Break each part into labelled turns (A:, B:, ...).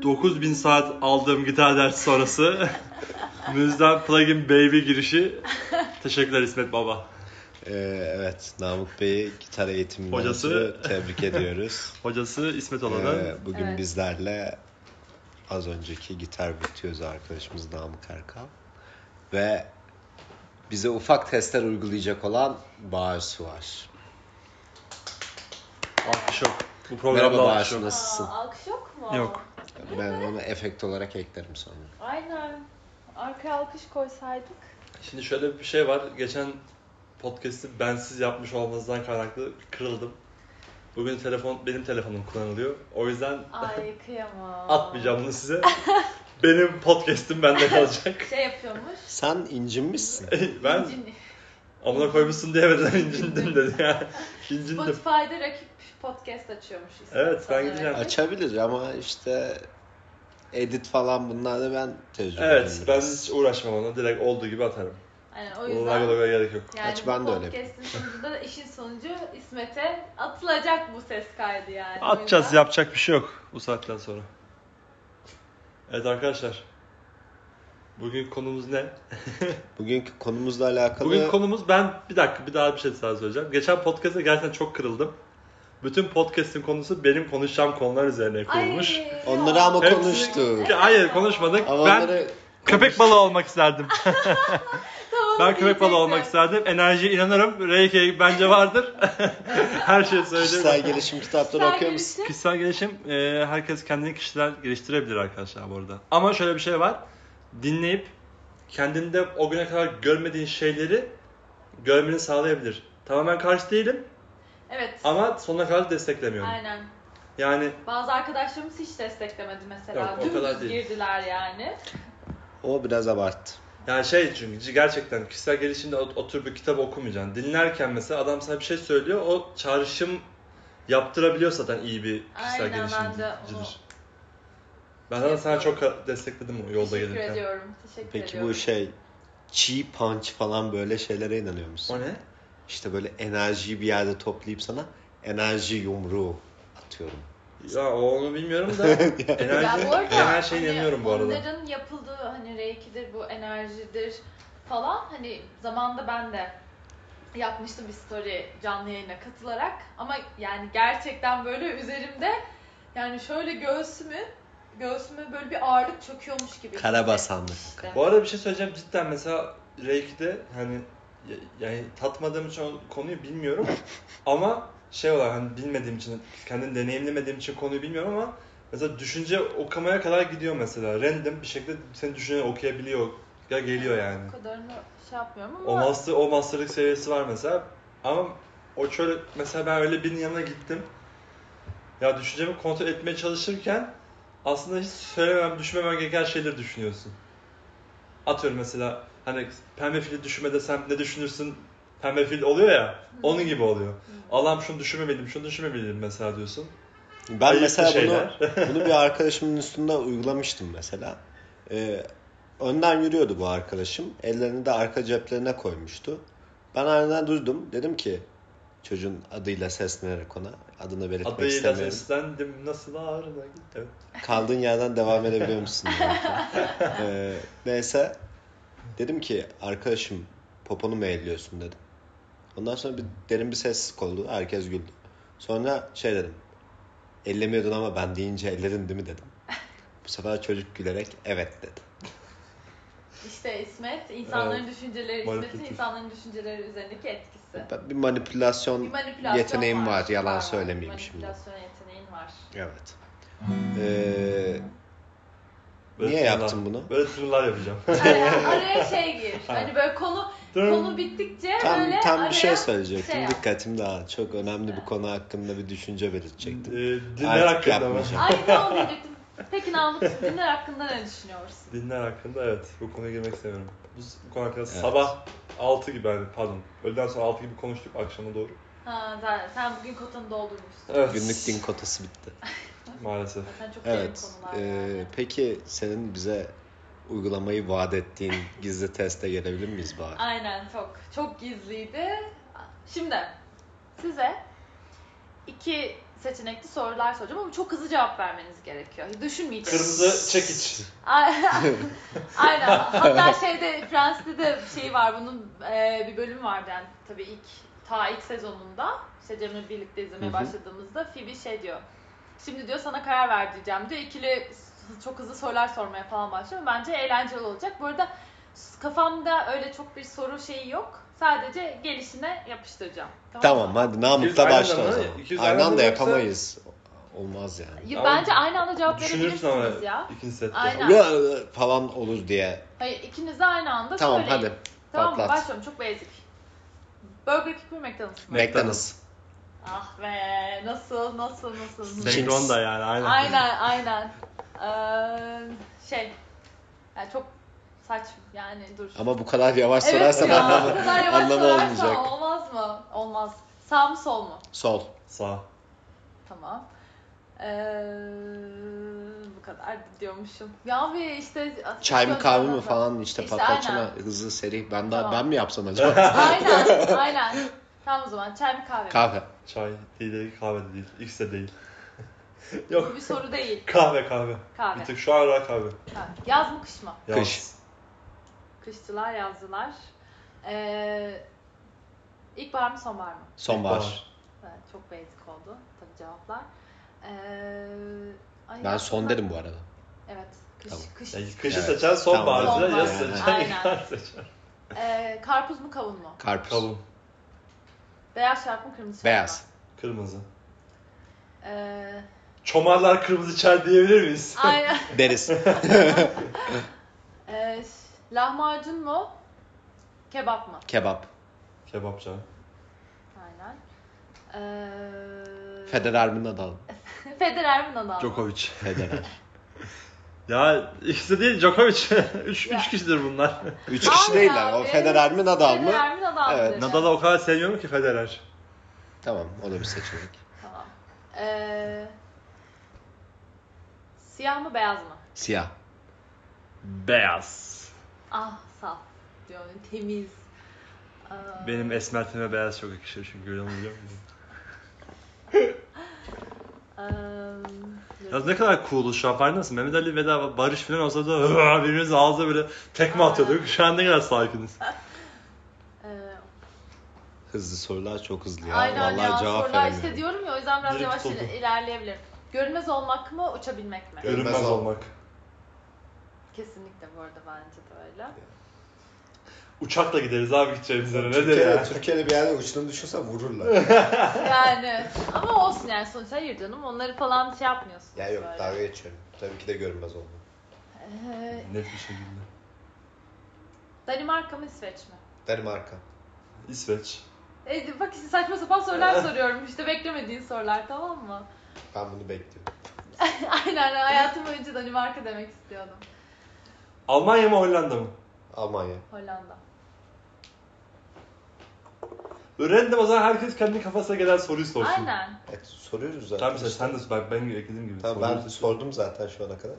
A: 9000 saat aldığım gitar dersi sonrası Müzden Plugin Baby girişi. Teşekkürler İsmet Baba.
B: Ee, evet, Namık Bey'i gitar eğitiminden
A: Hocası.
B: ötürü tebrik ediyoruz.
A: Hocası İsmet Olan'ın.
B: Ee, bugün
C: Evet.
B: bizlerle az önceki gitar virtüözü arkadaşımız Namık Erkal ve bize ufak testler uygulayacak olan Bahar Suvar.
A: Alkış yok. Bu
B: Merhaba
A: programda
B: Bahar,
A: alkış yok.
B: nasılsın?
C: Aa, alkış yok mu?
A: Yok.
B: Ben onu efekt olarak eklerim sonra.
C: Aynen. Arkaya alkış koysaydık.
A: Şimdi şöyle bir şey var. Geçen podcast'i bensiz yapmış olmanızdan kaynaklı kırıldım. Bugün telefon benim telefonum kullanılıyor. O yüzden
C: Ay kıyamam.
A: atmayacağım bunu size. benim podcast'im bende kalacak.
C: Şey yapıyormuş.
B: Sen incinmişsin.
A: ben
C: Cin-
A: amına koymuşsun diyemeden incindim dedi ya. İncindim.
C: Spotify'da rakip podcast açıyormuş. İsmet
A: Evet, ben
C: sana
A: gideceğim.
C: rakip.
B: Açabilir ama işte edit falan bunlarda ben tecrübe
A: Evet ben hiç uğraşmam ona. Direkt olduğu gibi atarım.
C: Aynen, o yüzden.
A: Ona kadar gerek yok.
C: Yani
B: Aç,
C: bu
B: ben de öyle
C: podcast'in sonunda işin sonucu İsmet'e atılacak bu ses kaydı yani. O
A: Atacağız
C: yüzden-
A: yapacak bir şey yok bu saatten sonra. Evet arkadaşlar. Bugün konumuz ne?
B: Bugünkü konumuzla alakalı
A: Bugün konumuz ben bir dakika bir daha bir şey daha söyleyeceğim. Geçen podcast'te gerçekten çok kırıldım. Bütün podcast'in konusu benim konuşacağım konular üzerine kurulmuş.
C: Ay,
B: onları
C: ya.
B: ama
A: Hepsi-
B: konuştuk.
A: Ya Hayır konuşmadık.
B: Ama
A: ben
B: onları
A: köpek balığı olmak isterdim.
C: Tamam,
A: ben köpek balığı
C: diyecektim.
A: olmak isterdim. Enerjiye inanırım. Reiki bence vardır. Her şey şeyi
B: kişisel
A: söyleyeyim.
B: gelişim kitapları
C: Kişisel
B: okuyor musun?
C: gelişim.
A: Kişisel gelişim e, herkes kendini kişiler geliştirebilir arkadaşlar bu arada. Ama şöyle bir şey var. Dinleyip kendinde o güne kadar görmediğin şeyleri görmeni sağlayabilir. Tamamen karşı değilim
C: Evet.
A: ama sonuna kadar desteklemiyorum.
C: Aynen.
A: Yani
C: Bazı arkadaşlarımız hiç desteklemedi mesela.
A: Yok, o
C: Dümdüz
A: kadar değil.
C: girdiler yani.
B: O biraz abarttı.
A: yani şey çünkü gerçekten kişisel gelişimde ot- oturup bir kitabı okumayacaksın. Dinlerken mesela adam sana bir şey söylüyor. O çağrışım yaptırabiliyor zaten iyi bir kişisel
C: Aynen, ben de onu-
A: gelişimcidir. Ben zaten sana çok destekledim o yolda
C: Teşekkür
A: gelirken.
C: ediyorum. Teşekkür
B: Peki
C: ediyorum.
B: bu şey chi punch falan böyle şeylere inanıyor musun?
A: O ne?
B: İşte böyle enerjiyi bir yerde toplayıp sana enerji yumruğu atıyorum.
A: Ya onu bilmiyorum da enerji,
C: Ya bu arada
A: ben her şeye
C: hani
A: inanıyorum bu arada.
C: Onların yapıldığı hani reikidir, bu enerjidir falan hani zamanda ben de yapmıştım bir story canlı yayına katılarak ama yani gerçekten böyle üzerimde yani şöyle göğsümü göğsüme böyle bir ağırlık çöküyormuş gibi.
B: Karabasanlık.
C: İşte.
A: Bu arada bir şey söyleyeceğim cidden mesela Reiki'de hani ya- yani tatmadığım için o konuyu bilmiyorum ama şey olarak hani bilmediğim için kendim deneyimlemediğim için konuyu bilmiyorum ama mesela düşünce okumaya kadar gidiyor mesela random bir şekilde senin düşünceni okuyabiliyor ya geliyor yani.
C: O kadarını şey yapmıyorum ama
A: O master o masterlık seviyesi var mesela ama o şöyle mesela ben öyle birinin yanına gittim. Ya düşüncemi kontrol etmeye çalışırken aslında hiç söylemem, düşünmemem gereken şeyleri düşünüyorsun. Atıyorum mesela hani pembe fili düşünme desem ne düşünürsün pembe fil oluyor ya onun gibi oluyor. Allah'ım şunu düşünmemeliyim, şunu düşünmemeliyim mesela diyorsun.
B: Ben
A: Ayıp bir
B: mesela bunu,
A: şeyler.
B: bunu bir arkadaşımın üstünde uygulamıştım mesela. Ee, önden yürüyordu bu arkadaşım. Ellerini de arka ceplerine koymuştu. Ben ardından durdum. Dedim ki çocuğun adıyla seslenerek ona adını belirtmek
A: Adıyla
B: istemiyorum.
A: seslendim nasıl ağrına git. Evet.
B: Kaldığın yerden devam edebiliyor musun? diye. Ee, neyse. Dedim ki arkadaşım poponu mu elliyorsun dedim. Ondan sonra bir derin bir sessizlik oldu. Herkes güldü. Sonra şey dedim. Ellemiyordun ama ben deyince elledin değil mi dedim. Bu sefer çocuk gülerek evet dedi.
C: işte İsmet insanların düşünceleri, İsmet'in
A: Manipülatif.
C: insanların düşünceleri üzerindeki etkisi.
B: Ben- Bir manipülasyon,
C: Bir manipülasyon
B: yeteneğim var. Yalan söylemeyeyim şimdi.
C: Manipülasyon yeteneğin var.
B: Evet. Ee,
A: Böyle
B: niye
A: tırlar-
B: yaptın bunu?
A: Böyle tırlar yapacağım.
C: Araya, araya şey gir. Hani böyle konu konu bittikçe
B: Tam,
C: böyle
B: tam
C: araya
B: bir şey söyleyecektim.
C: şey yap.
B: Dikkatim daha çok önemli bir konu hakkında bir düşünce belirtecektim.
A: Ee, dinler
B: Artık
A: hakkında mı?
B: yapmayacağım.
C: Ay ne oldu diyecektim. Peki Namık dinler hakkında ne düşünüyorsun?
A: Dinler hakkında evet bu konuya girmek istemiyorum. Bu, bu konu hakkında
B: Evet.
A: sabah 6 gibi yani pardon öğleden sonra 6 gibi konuştuk akşama doğru.
C: Ha zaten sen bugün kotanı doldurmuşsun.
A: Evet.
B: Günlük din kotası bitti.
A: Maalesef.
C: Zaten çok derin
B: Evet.
C: konular
B: Ee,
C: yani.
B: peki senin bize uygulamayı vaat ettiğin gizli teste gelebilir miyiz bari?
C: Aynen çok. Çok gizliydi. Şimdi size iki seçenekli sorular soracağım ama çok hızlı cevap vermeniz gerekiyor. Düşünmeyeceksiniz.
A: Kırmızı çekiç.
C: Aynen. Aynen. Hatta şeyde Friends'te de şey var bunun e, bir bölüm vardı yani tabii ilk ta ilk sezonunda işte Cem'le birlikte izlemeye
B: Hı hı.
C: başladığımızda Phoebe şey diyor. Şimdi diyor sana karar ver diyeceğim diyor. İkili çok hızlı sorular sormaya falan başlıyor. Bence eğlenceli olacak. Bu arada kafamda öyle çok bir soru şeyi yok. Sadece gelişine yapıştıracağım.
B: Tamam hadi Namık'la
A: aynı
B: başla
A: anda-
B: o zaman.
A: ikiniz
B: Aynı
A: aynı
B: anda
A: anda yoksa-
B: yapamayız. Olmaz yani.
C: Ya,
A: Ama
C: Bence aynı anda cevap
A: Düşünürsün ama
C: verebilirsiniz ya.
A: ikinci sette.
C: Aynen.
B: Ya, e, falan olur diye.
C: Hayır ikiniz de aynı anda
B: Tamam
C: söyleyin.
B: hadi.
C: Tamam mı?
B: Patlat.
C: Başlıyorum çok basic. Burger King mi McDonald's mı?
A: Mac-
B: McDonald's.
C: Ah be nasıl nasıl nasıl.
B: Mac-
A: Zekron da yani aynen.
C: aynen aynen. Ee, şey yani çok saç yani dur.
B: Ama bu kadar yavaş
C: Evet
B: sorarsan
C: ya, bu
B: anlamı,
C: kadar yavaş
B: anlamı
C: sorarsan
B: olmayacak.
C: Olmaz mı? Olmaz. Sağ mı sol mu?
B: Sol.
A: Sağ.
C: Tamam. Ee, bu kadar diyormuşum. Ya be işte.
B: Çay mı kahve mi falan işte,
C: İşte
B: patlatma
C: aynen.
B: hızlı seri. Ben daha
C: Tamam.
B: ben mi yapsam acaba?
C: Aynen aynen. Tamam o zaman çay mı kahve mi?
B: Kahve.
A: Çay değil, kahve de değil. İkisi de değil.
C: Bu
A: Yok.
C: bir soru değil.
A: Kahve kahve.
C: Kahve.
A: Bir tık şu ara kahve.
C: Ha, Yaz mı kış mı?
A: Ya,
B: Kış.
C: Kışçılar yazdılar. Ee, ilkbahar mı sonbahar mı?
B: Sonbahar.
A: İlkbahar.
C: Evet, çok basic oldu tabii cevaplar. Ee, ay
B: Ben
C: ya,
B: son dedim bu arada.
C: Evet. Kış,
B: Tamam.
C: kış.
A: Yani kışı
B: Evet.
A: seçen sonbaharcı,
C: Tamam.
A: yaz
C: Sonbahar.
A: seçen
C: Aynen.
A: ilkbahar seçen.
C: Ee, karpuz mu kavun mu?
B: Karpuz.
A: Kavun.
C: Beyaz şarap mı kırmızı şarap
B: Beyaz.
C: mı?
A: Kırmızı.
C: Ee,
A: Çomarlar kırmızı çay diyebilir miyiz?
C: aynen.
B: Deriz.
C: Ee, lahmacun mu? Kebap mı?
B: Kebap.
A: Kebap çay.
C: Aynen. Ee,
B: Federer mi Nadal? mı?
C: Federer mi Nadal mı?
A: Djokovic.
B: Federer.
A: Ya ikisi de değil Djokovic. üç,
C: Ya.
A: üç kişidir bunlar.
B: Üç kişi
C: Abi
B: değiller. O
C: abi.
B: Federer mi Nadal mı?
C: Federer mi Nadal mı?
B: Evet,
C: dedi?
A: Nadal'ı o kadar sevmiyorum ki Federer.
B: Tamam o da bir seçenek.
C: Tamam. Ee, siyah mı beyaz mı?
B: Siyah.
A: Beyaz.
C: Ah saf diyor temiz. Ee, Aa,
A: Benim esmer tene beyaz çok yakışır çünkü öyle oluyor mu?
C: ee, eee,
A: Ya ne kadar cool'u şu an farkında mısın? Mehmet Ali veda Barış falan olsa da "Hıa!" birbirimize ağza böyle tekme atıyorduk. Şu an ne kadar sakiniz.
C: eee,
B: Hızlı sorular çok hızlı ya.
C: aynen
B: Vallahi
C: ya
B: cevap
C: sorular
B: veremiyorum.
C: işte diyorum ya o yüzden biraz
A: Direkt
C: yavaş
A: tutuldu.
C: il- ilerleyebilirim. Görünmez olmak mı uçabilmek mi?
B: Görünmez
A: Görünmez
B: ol.
A: olmak.
C: Kesinlikle bu arada bence de öyle.
A: Uçakla gideriz abi gideceğimiz yere. Ne
B: Türkiye'de,
A: de ya?
B: Türkiye'de bir yerde uçtuğunu düşünsen vururlar.
C: Yani ama olsun yani sonuçta hayır canım onları falan şey yapmıyorsun.
B: ya yok
C: böyle.
B: dalga geçiyorum. Tabii ki de görünmez oldu.
C: Eee,
A: Net bir şekilde.
C: Ee, Danimarka mı İsveç mi?
B: Danimarka.
A: İsveç.
C: E, bak işte saçma sapan sorular soruyorum işte beklemediğin sorular tamam mı?
B: Ben bunu bekliyorum.
C: Aynen hayatım boyunca Danimarka demek istiyordum.
A: Almanya mı Hollanda mı?
B: Almanya.
C: Hollanda.
A: Öğrendim o zaman herkes kendi kafasına gelen soruyu sorsun.
C: Aynen.
B: Evet, E, soruyoruz zaten.
A: Tamam sen, sen de bak ben eklediğim gibi.
B: Tamam
A: soruyu
B: ben
A: seç.
B: sordum zaten şu ana kadar.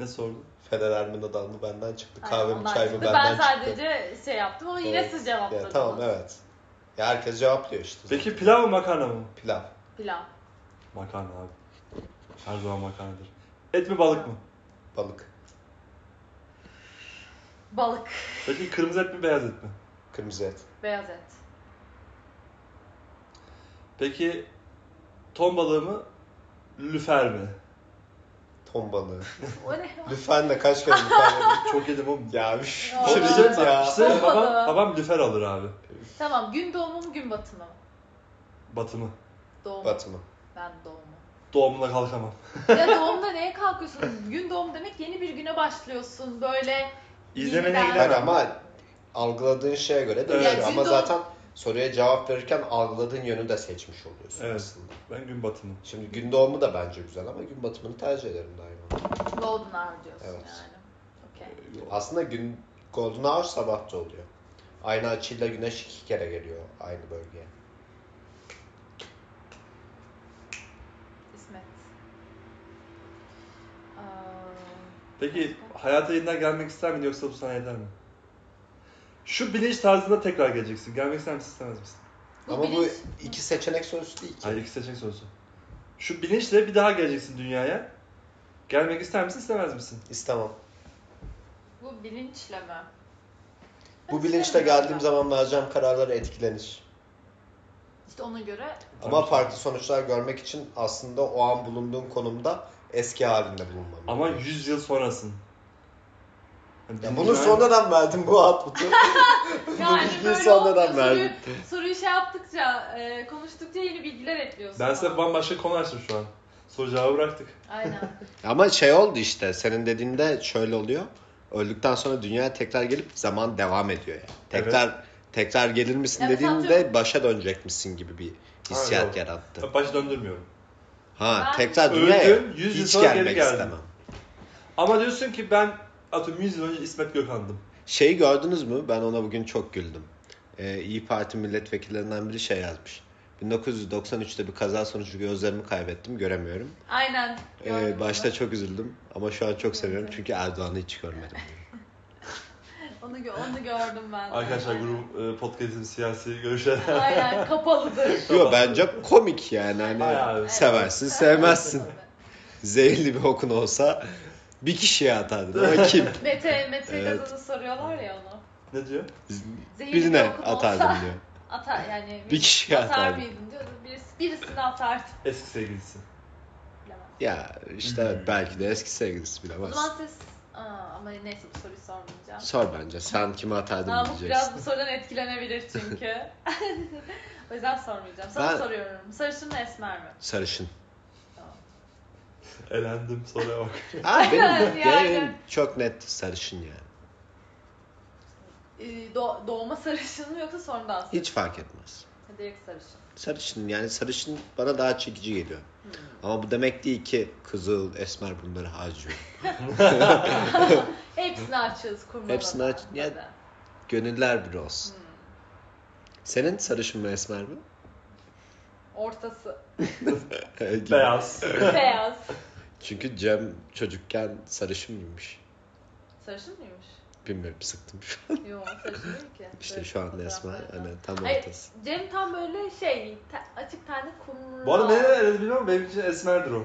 A: Ne sordun?
B: Federer mi Nadal mı benden çıktı. Kahve
C: Aynen,
B: mi
C: onlar
B: çay mı
C: çıktı.
B: benden
C: Ben sadece
B: çıktı.
C: şey yaptım ama yine
B: Evet.
C: siz cevapladınız.
B: Ya, tamam evet. Ya herkes cevaplıyor işte.
A: Peki pilav mı makarna mı?
B: Pilav.
C: Pilav.
A: Makarna abi. Her zaman makarnadır. Et mi balık mı?
B: Balık.
C: Balık.
A: Peki kırmızı et mi beyaz et mi?
B: Kırmızı et.
C: Beyaz et.
A: Peki ton balığı mı? Lüfer mi?
B: Ton balığı.
C: O ne?
B: Lüfen de kaç kere lüfen yedim.
A: Çok yedim oğlum. şey
B: Ya üf.
C: Ya.
B: Şimdi git ya.
A: İşte
C: Ton
A: babam,
C: balığı.
A: babam lüfer alır abi.
C: tamam gün doğumu mu gün batımı mı?
A: Batımı.
C: Doğumu.
B: Batımı.
C: Ben doğumu.
A: Doğumuna kalkamam.
C: ya doğumda neye kalkıyorsun? Gün doğum demek yeni bir güne başlıyorsun böyle.
A: İzlemene
C: yeniden-
A: gider
B: Yani ama algıladığın şeye göre değişiyor.
A: Evet.
B: Ama
C: Gündoğdu-
B: zaten soruya cevap verirken algıladığın yönü de seçmiş oluyorsun
A: Evet.
B: aslında.
A: Ben gün batımı.
B: Şimdi gün doğumu da bence güzel ama gün batımını tercih ederim daima.
C: Golden hour diyorsun
B: Evet.
C: yani. Okey.
B: Aslında gün golden hour sabahta oluyor. Aynı açıyla güneş iki kere geliyor aynı bölgeye.
C: İsmet. Aa,
A: Peki hayata yeniden gelmek ister miydin yoksa bu sana yeter mi? Şu bilinç tarzında tekrar geleceksin. Gelmek ister misin istemez misin?
C: Bu
B: Ama bu
C: bilinç-
B: iki seçenek sorusu değil ki.
A: Hayır iki seçenek sorusu. Şu bilinçle bir daha geleceksin dünyaya. Gelmek ister misin istemez misin?
B: İstemem.
C: Bu bilinçle mi?
B: Bu bilinçle geldiğim zaman vereceğim kararlar etkilenir.
C: İşte ona göre
B: Ama farklı sonuçlar görmek için aslında o an bulunduğun konumda eski halinde bulunmam.
A: Ama
B: gerekiyor.
A: 100 yıl sonrasın. Hani Yani
B: Ya
A: dünya-
B: bunu sonradan verdim bu output'u. bu
C: Yani
B: bilgiyi
C: böyle
B: sonradan
C: olmuyor.
B: verdim.
C: soruyu şey yaptıkça, e, konuştukça yeni bilgiler ekliyorsun.
A: Ben size bambaşka konu açtım şu an. Soru cevabı bıraktık.
C: Aynen.
B: Ama şey oldu işte senin dediğinde şöyle oluyor. Öldükten sonra dünyaya tekrar gelip zaman devam ediyor yani. Tekrar tekrar gelir misin
C: Evet,
B: dediğinde
C: atıyorum.
B: başa dönecekmişsin gibi bir hissiyat
A: Aynen.
B: yarattı.
A: Ben başı döndürmüyorum.
B: Ha
C: Ben
B: tekrar
A: öldüm,
B: dünyaya
A: yüz yıl
B: hiç
A: sonra geri
B: gelmek
A: geldim.
B: istemem.
A: Ama diyorsun ki ben atıyorum 100 yıl önce İsmet Gökhan'dım.
B: Şeyi gördünüz mü? Ben ona bugün çok güldüm. Ee, İyi Parti milletvekillerinden biri şey yazmış. 1993'te bir kaza sonucu gözlerimi kaybettim, göremiyorum.
C: Aynen.
B: Ee,
C: Gördüm onu.
B: başta çok üzüldüm ama şu an çok seviyorum
C: Evet.
B: çünkü Erdoğan'ı hiç görmedim.
C: Onu, gö- onu gördüm ben. de.
A: Arkadaşlar grup e, podcast'in siyasi görüşler.
C: Aynen kapalıdır.
B: Yo bence komik yani hani
A: Bayağı.
B: seversin sevmezsin. Zehirli bir okun olsa bir kişiye atardın ama kim?
C: Mete, Mete
B: Evet.
C: Gazoz'u soruyorlar ya onu.
A: ne diyor?
C: Zehirli
B: Birine
C: bir okun olsa
B: atardım diyor.
C: Atar yani.
B: Bir kişiye
C: atar
B: atardım.
C: mıydın diyordu. Birisi, birisini atardım.
A: Eski sevgilisi.
C: Bilemem.
B: Ya işte evet, belki de eski sevgilisi
C: O
B: bilemez.
C: zaman siz... Aa, ama neyse bu soruyu sormayacağım.
B: Sor bence sen kime atardın
C: Namık
B: diyeceksin.
C: biraz bu sorudan etkilenebilir çünkü. o yüzden sormayacağım. Sana
B: Ben-
C: soruyorum. Sarışın mı esmer mi?
B: Sarışın.
A: Elendim soruya bak.
B: Aa, benim,
C: Yani.
B: benim çok net sarışın yani.
C: Ee, do- doğma sarışın mı yoksa sonradan sarışın?
B: Hiç fark etmez.
C: mı? Direkt sarışın.
B: Sarışın yani sarışın bana daha çekici geliyor.
C: Hmm.
B: Ama bu demek değil ki kızıl, esmer bunları harcıyor.
C: Hepsini açığız kurmadan.
B: Hepsini aç- ya-
C: Tabii.
B: Gönüller bir olsun.
C: Hmm.
B: Senin sarışın mı esmer mi?
C: Ortası.
B: Gibi.
A: Beyaz.
C: Beyaz.
B: Çünkü Cem çocukken sarışın mıymış?
C: Sarışın mıymış?
B: Bilmiyorum sıktım.
C: Yok sarışın değil ki.
B: işte
C: Böyle
B: şu anda esmer.
C: fotoğraflardan.
B: Hani tam
C: Hayır.
B: ortası.
C: Cem tam böyle şey te- açık tane kumru.
A: Bu arada ne ne bilmiyorum benim için esmerdir o.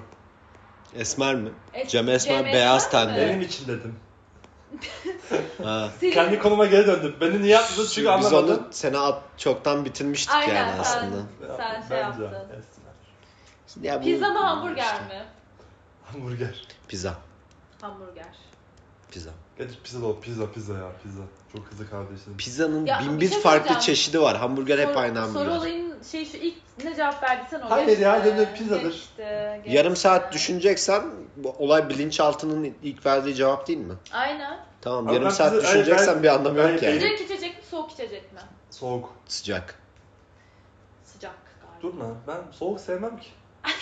B: Esmer mi?
C: Es-
B: Cem Esmer
C: Cem
B: beyaz
C: Esmer mi?
B: tenli.
A: Benim için dedim.
B: Ha.
C: Silin.
A: Kendi konuma geri döndüm. Beni niye yaptınız çünkü
B: Biz
A: anlamadım.
B: onu seni at, çoktan bitirmiştik
C: Aynen,
B: yani
C: sen-
B: aslında.
C: Sen şey
A: Bence
C: yaptın.
A: esmer.
B: Ya bu-
C: Pizza mı hamburger
B: işte.
C: mi?
A: Hamburger.
B: Pizza.
C: Hamburger.
B: Pizza.
A: Gerçi pizza da o. Pizza pizza ya pizza. Çok hızlı kardeşim.
B: Pizzanın
C: Ya,
B: bin
C: bir
B: bir
C: şey
B: farklı
C: söyleyeceğim.
B: çeşidi var. Hamburger hep
C: Soru-
B: aynı hamburger.
C: Soru olayın şey şu ilk ne cevap verdiysen o
A: Hayır
C: geçti.
A: ya, dedim pizzadır.
C: Geçti, geçti.
B: Yarım saat düşüneceksen bu olay bilinçaltının ilk verdiği cevap değil mi?
C: Aynen.
B: Tamam
A: Abi
B: yarım
A: ben
B: saat
A: pizza- hayır,
B: düşüneceksen
A: ben-
B: bir anlamı
A: hayır,
B: yok
A: ben-
B: yani.
C: Sıcak içecek mi soğuk içecek mi?
A: Soğuk.
B: Sıcak.
C: Sıcak galiba.
A: Dur lan ben soğuk sevmem ki.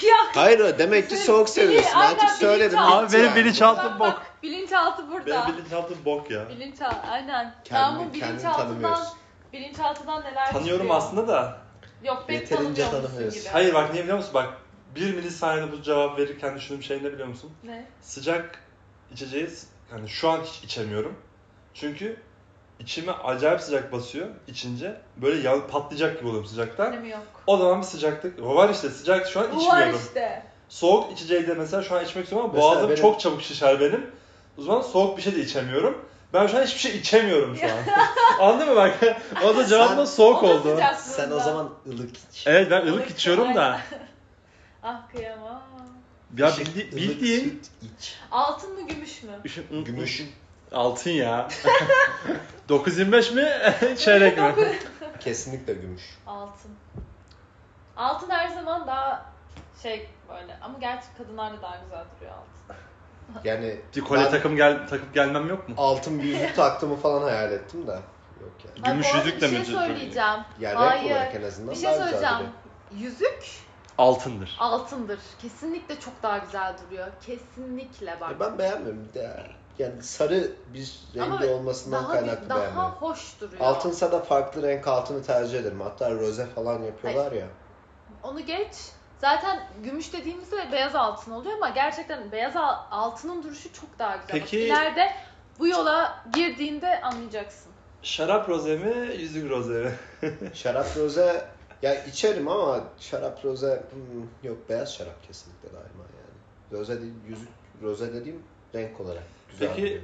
C: ya
B: Hayır o demek ki
C: Bili-
B: soğuk seviyorsun.
C: aynen,
B: Artık söyledim.
C: bilinçaltı.
A: Abi
B: bitti
A: benim
B: yani.
A: bilinçaltı-
C: bak bak bilinçaltı burada.
A: Benim bilinçaltım bok ya.
C: Bilinçaltı aynen. ben bu
B: Kendini, kendini
C: bilinçaltından
B: tanımıyorsun.
C: bilinçaltından neler
A: Tanıyorum
C: çıkıyor?
A: aslında da.
C: Yok pek
B: Yeterince
C: tanımıyormuşsun
B: tanımıyorsun.
C: gibi.
A: Hayır bak niye biliyor musun? Bak bir milisaniyede bu cevap verirken düşündüğüm şey ne biliyor musun?
C: Ne?
A: Sıcak içeceğiz. Yani şu an hiç içemiyorum. Çünkü içime acayip sıcak basıyor içince. Böyle yan, patlayacak gibi oluyorum sıcaktan.
C: Önemi yok.
A: O zaman bir sıcaklık. O var işte sıcak şu an
C: Bu var
A: içmiyorum.
C: işte.
A: Soğuk içeceği de mesela şu an içmek istiyorum ama
B: Mesela
A: boğazım
B: benim-
A: çok çabuk şişer benim. O zaman soğuk bir şey de içemiyorum. Ben şu an hiçbir şey içemiyorum şu an. Anladın mı bak? O da cevap da soğuk
C: O da
A: oldu.
C: sıcaklığında.
B: Sen o zaman ılık iç.
A: Evet ben
C: Ilık
A: ılık içiyorum da.
C: Ah kıyamam.
A: Ya
B: Işık,
A: bildi,
B: ılık
A: bildiğin
B: süt iç.
C: Altın mı gümüş mü?
B: Gümüş.
A: altın ya. 925 mi? Çeyrek mi?
B: Kesinlikle gümüş.
C: Altın. Altın her zaman daha şey böyle ama gerçi kadınlarda daha güzel duruyor altın.
B: Yani
A: Bir kolye
B: Ben-
A: takım gel takıp gelmem yok mu?
B: altın bir yüzük taktığımı falan hayal ettim de. Yok yani.
A: Gümüş
C: Ay, bu arada
A: yüzük de
C: Bir
A: mi
C: şey
A: duruyor?
C: söyleyeceğim.
B: Yani renk olarak
C: Hayır.
B: en azından
C: Bir
B: daha
C: şey
B: güzel
C: söyleyeceğim.
B: duruyor.
C: Yüzük
A: Altındır.
C: altındır. Kesinlikle çok daha güzel duruyor. Kesinlikle bak.
B: Ya E, ben beğenmiyorum bir de ya. Yani sarı bir rengi
C: Ama
B: olmasından
C: daha
B: kaynaklı
C: daha
B: beğenmiyorum.
C: hoş duruyor.
B: Altınsa da farklı renk altını tercih ederim. Hatta roze falan yapıyorlar ya.
C: Onu geç. Zaten gümüş dediğimizde beyaz altın oluyor ama gerçekten beyaz al- altının duruşu çok daha güzel.
A: Peki-
C: İleride bu yola girdiğinde anlayacaksın.
A: Şarap roze mi, yüzük roze mi?
B: Şarap roze ya içerim ama şarap roze hmm, yok beyaz şarap kesinlikle daima yani. Roze değil, yüzük roze dediğim renk olarak güzel.
A: Peki-
B: duruyor.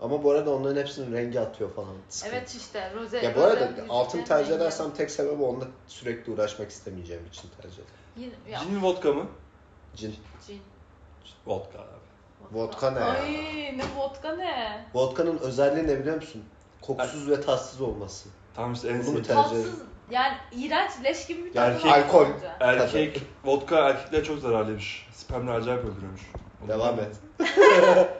B: Ama bu arada onların hepsinin rengi atıyor falan. Sıkıntı.
C: Evet işte roze.
B: Ya bu
C: roze
B: arada
C: yüzüklerin
B: altın tercih
C: rengi.
B: edersem tek sebebi onunla sürekli uğraşmak istemeyeceğim için tercih ederim.
C: Yine, ya,
A: Cin mi, vodka mı?
B: Cin.
C: cin,
A: Vodka abi.
B: Vodka ne ya?
C: Ay ne vodka ne?
B: Vodka'nın özelliği ne biliyor musun? Kokusuz ve tatsız olması.
A: Tam işte en
B: Bunu mu
A: sevdiğim.
B: Tercih-
C: Tatsız yani iğrenç leş gibi bir tadı
B: Erkek-
C: var
B: Alkol.
C: bence.
A: Erkek, vodka erkeklere çok zararlıymış. Spermle acayip öldürüyormuş. Onu
B: Devam
A: bilmiyorum.
B: et.
C: Vodka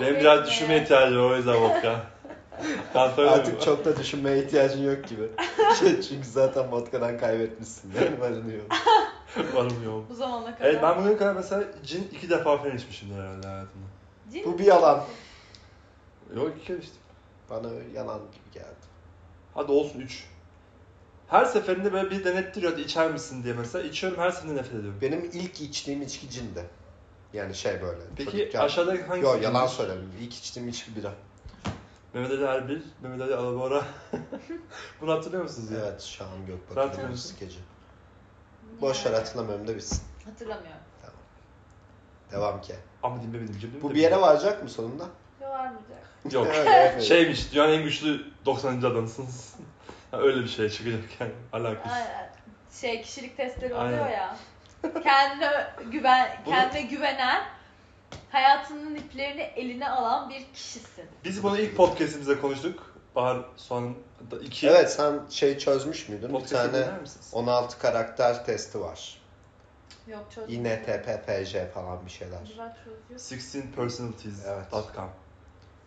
A: Benim biraz
C: içmeye.
A: düşünmeye ihtiyacım var o yüzden vodka. ben söyleyeyim mi?
B: Artık çok da düşünmeye ihtiyacın yok gibi. Çünkü zaten vodka'dan kaybetmişsin. Yani varınıyor.
A: varım yoğun.
C: Bu zamana kadar.
A: Evet ben bugüne kadar mesela cin iki defa falan içmişimdir herhalde hayatımda.
C: Cin
B: Bu
C: mi?
B: bir yalan.
A: Yok iki kere içtim.
B: Bana öyle yalan gibi geldi.
A: Hadi olsun üç. Her seferinde böyle bir denettiriyor hadi içer misin diye mesela. İçiyorum her seferinde nefret ediyorum.
B: Benim ilk içtiğim içki cindi. Yani şey böyle.
A: Peki
B: çocukken-
A: aşağıda hangisi?
B: Yo yalan söyledim. İlk içtiğim içki bira.
A: Mehmet Ali Erbil, Mehmet Ali Alabora. Bunu hatırlıyor musunuz ya?
B: Evet Şahan
A: Sen
B: Gökbakır'ın
A: hatırlıyor musun?
B: skeci. Boş ver hatırlamıyorum da bitsin.
C: Hatırlamıyorum.
B: Devam ki.
A: Ama dinlemedim. cebimde
B: Bu
A: mi?
B: bir yere varacak mı sonunda?
C: Ne var mıydı?
A: Yok. Şey-
B: Evet, evet.
A: Şeymiş, dünyanın en güçlü 90. adamısınız. Ha, Öyle bir şey çıkacak yani. Alakası.
C: Ay, Şey kişilik testleri oluyor
A: Aynen.
C: ya. Kendine güven,
A: Bunu-
C: kendine güvenen, hayatının iplerini eline alan bir kişisin.
A: Biz bunu ilk podcastimizde konuştuk. Bahar Soğan'ın da iki
B: Evet sen şey çözmüş müydün? Bir
A: podcast'i
B: tane
A: dinler misiniz?
B: 16 karakter testi var.
C: Yok çözüm.
B: INTP, falan bir şeyler.
C: Güven çözüyorsun.
A: 16 personalities.com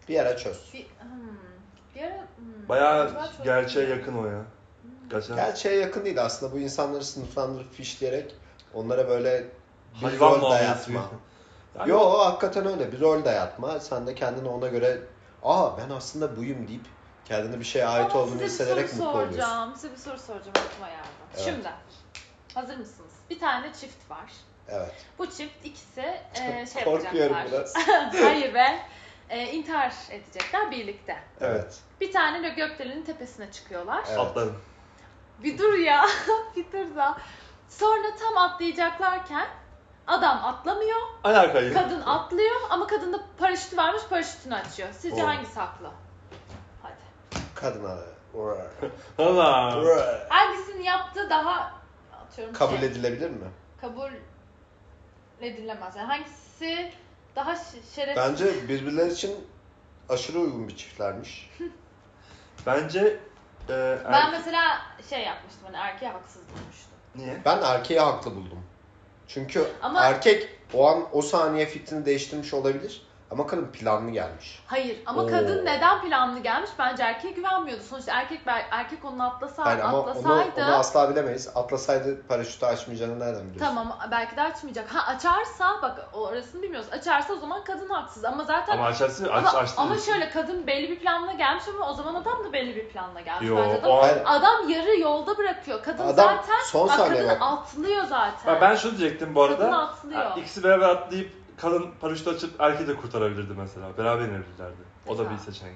B: Bir ara çöz.
C: Bir, hmm, bir ara... Hmm,
A: Bayağı
C: güven çözüm.
A: gerçeğe yakın o ya.
C: Hmm.
A: Gerçekten
B: Gerçeğe yakın değil aslında bu insanları sınıflandırıp fişleyerek onlara böyle bir
A: hayvan
B: rol
A: muamelesi.
B: dayatma.
A: Yani
B: Yo hakikaten öyle bir rol dayatma. Sen de kendini ona göre aa ben aslında buyum deyip kendine bir şeye ait
C: Ama
B: olduğunu
C: size bir
B: hissederek
C: soru
B: mutlu oluyorsun.
C: soracağım. Size bir soru soracağım aklıma geldi.
B: Evet.
C: Şimdi hazır mısınız? Bir tane çift var.
B: Evet.
C: Bu çift ikisi e, şey
B: Korkuyorum
C: yapacaklar.
B: biraz.
C: Hayır be. E, intihar edecekler birlikte.
B: Evet.
C: Bir tane de gökdelenin tepesine çıkıyorlar.
B: Evet.
A: atlarım.
C: Bir dur ya. bir dur da. Sonra tam atlayacaklarken adam atlamıyor,
A: Alakayı.
C: kadın atlıyor ama kadında paraşütü varmış, paraşütünü açıyor. Sizce
B: Oo.
C: hangisi haklı? Hadi.
B: Kadına uğrar,
A: Allah.
B: uğrar.
C: Hangisini yaptı daha atıyorum
B: kabul
C: şey,
B: edilebilir mi?
C: kabul edilemez. Yani hangisi daha ş- şerefsiz?
B: Bence birbirleri için aşırı uygun bir çiftlermiş.
A: Bence e,
C: Ben
A: erkek-
C: mesela şey yapmıştım hani erkeğe haksız bulmuştum.
A: Niye?
B: Ben erkeği haklı buldum. Çünkü
C: Ama-
B: erkek o an o saniye fikrini değiştirmiş olabilir ama kadın planlı gelmiş.
C: Hayır ama
B: Oo.
C: kadın neden planlı gelmiş? Bence erkeğe güvenmiyordu. Sonuçta erkek bel- erkek onun atlasa,
B: Yani ama onu,
C: atlasaydı
B: onu asla bilemeyiz. Atlasaydı paraşütü açmayacağını nereden biliyorsun?
C: tamam belki de açmayacak. Ha açarsa bak orasını bilmiyoruz. Açarsa o zaman kadın haksız ama zaten
A: Ama açarsın, aç,
C: ama,
A: açtın.
C: ama şöyle kadın belli bir planla gelmiş ama o zaman adam da belli bir planla gelmiş.
A: Yo,
C: Bence adam,
A: o an-
C: adam yarı yolda bırakıyor. Kadın
B: Adam
C: zaten
B: son
C: bak,
B: saniye
C: kadın
B: bak.
C: atlıyor zaten.
A: Ben, ben şunu diyecektim bu
C: Kadın
A: arada.
C: atlıyor.
A: İkisi beraber atlayıp kadın paraşütü açıp erkeği de kurtarabilirdi mesela. Beraber inebilirlerdi. O da bir
C: Mesela.
A: seçenek.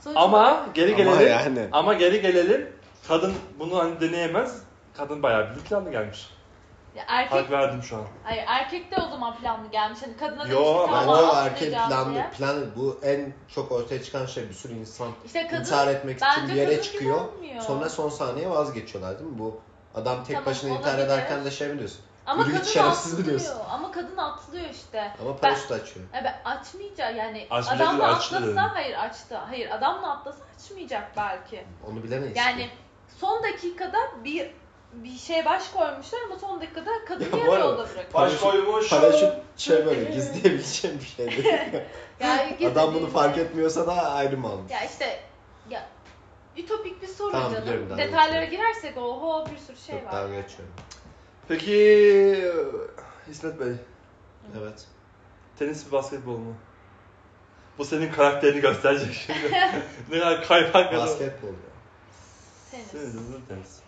C: Sonuçta
A: Ama geri
B: Ama
A: gelelim.
B: yani.
A: Ama geri gelelim. Kadın bunu hani deneyemez. Kadın bayağı bir planlı gelmiş.
C: ya erkek
A: Hak verdim şu an.
C: Hayır erkek de o zaman planlı gelmiş. Hani kadına demiş
A: Yo,
C: ki
A: ben
B: Bence
C: tamam
B: o erkeğin
C: atlayacağım
B: planlı,
C: diye.
B: planlı. Bu en çok ortaya çıkan şey bir sürü insan
C: İşte kadın
B: intihar etmek için
C: bence
B: bir yere
C: kadın
B: çıkıyor.
C: güvenmiyor.
B: Sonra son saniye vazgeçiyorlar değil mi? Bu adam tek
C: Tamam,
B: başına intihar
C: olabilir.
B: ederken de şey biliyorsun.
C: ama
B: Yürü git
C: kadın
B: şerefsiz
C: atlıyor.
B: biliyorsun.
C: Ama kadın atlıyor işte.
B: Ama paraşütü açıyor.
C: Abi açmayacak yani
A: Açmayacak
C: adamla
A: dedi, açtı
C: atlasa
A: dedi.
C: hayır açtı. Hayır adamla atlasa açmayacak belki.
B: Onu bilemeyiz.
C: Yani
B: ki.
C: son dakikada bir bir şey baş koymuşlar ama son dakikada
B: Ya
C: kadın
B: bu
C: yarı
B: arada-
C: yolda bırakıyor.
B: Paraşüt-
A: koymuş.
B: paraşüt şey böyle gizleyebileceğim bir şey değil.
C: Yani gizli
B: Adam bunu
C: değil.
B: fark etmiyorsa da ayrı mal.
C: Ya işte ya ütopik bir soru
B: Tamam, biliyorum,
C: canım.
B: daha
C: Detaylara
B: geçelim.
C: girersek oho bir sürü şey
B: Yok
C: var.
B: dalga geçiyorum.
A: Peki İsmet Bey,
B: Evet.
A: tenis mi basketbol mu? Bu senin karakterini gösterecek şimdi. ne kadar kaypak kadar.
B: Basketbol. ya.
C: Tenis.
A: Tenis. tenis.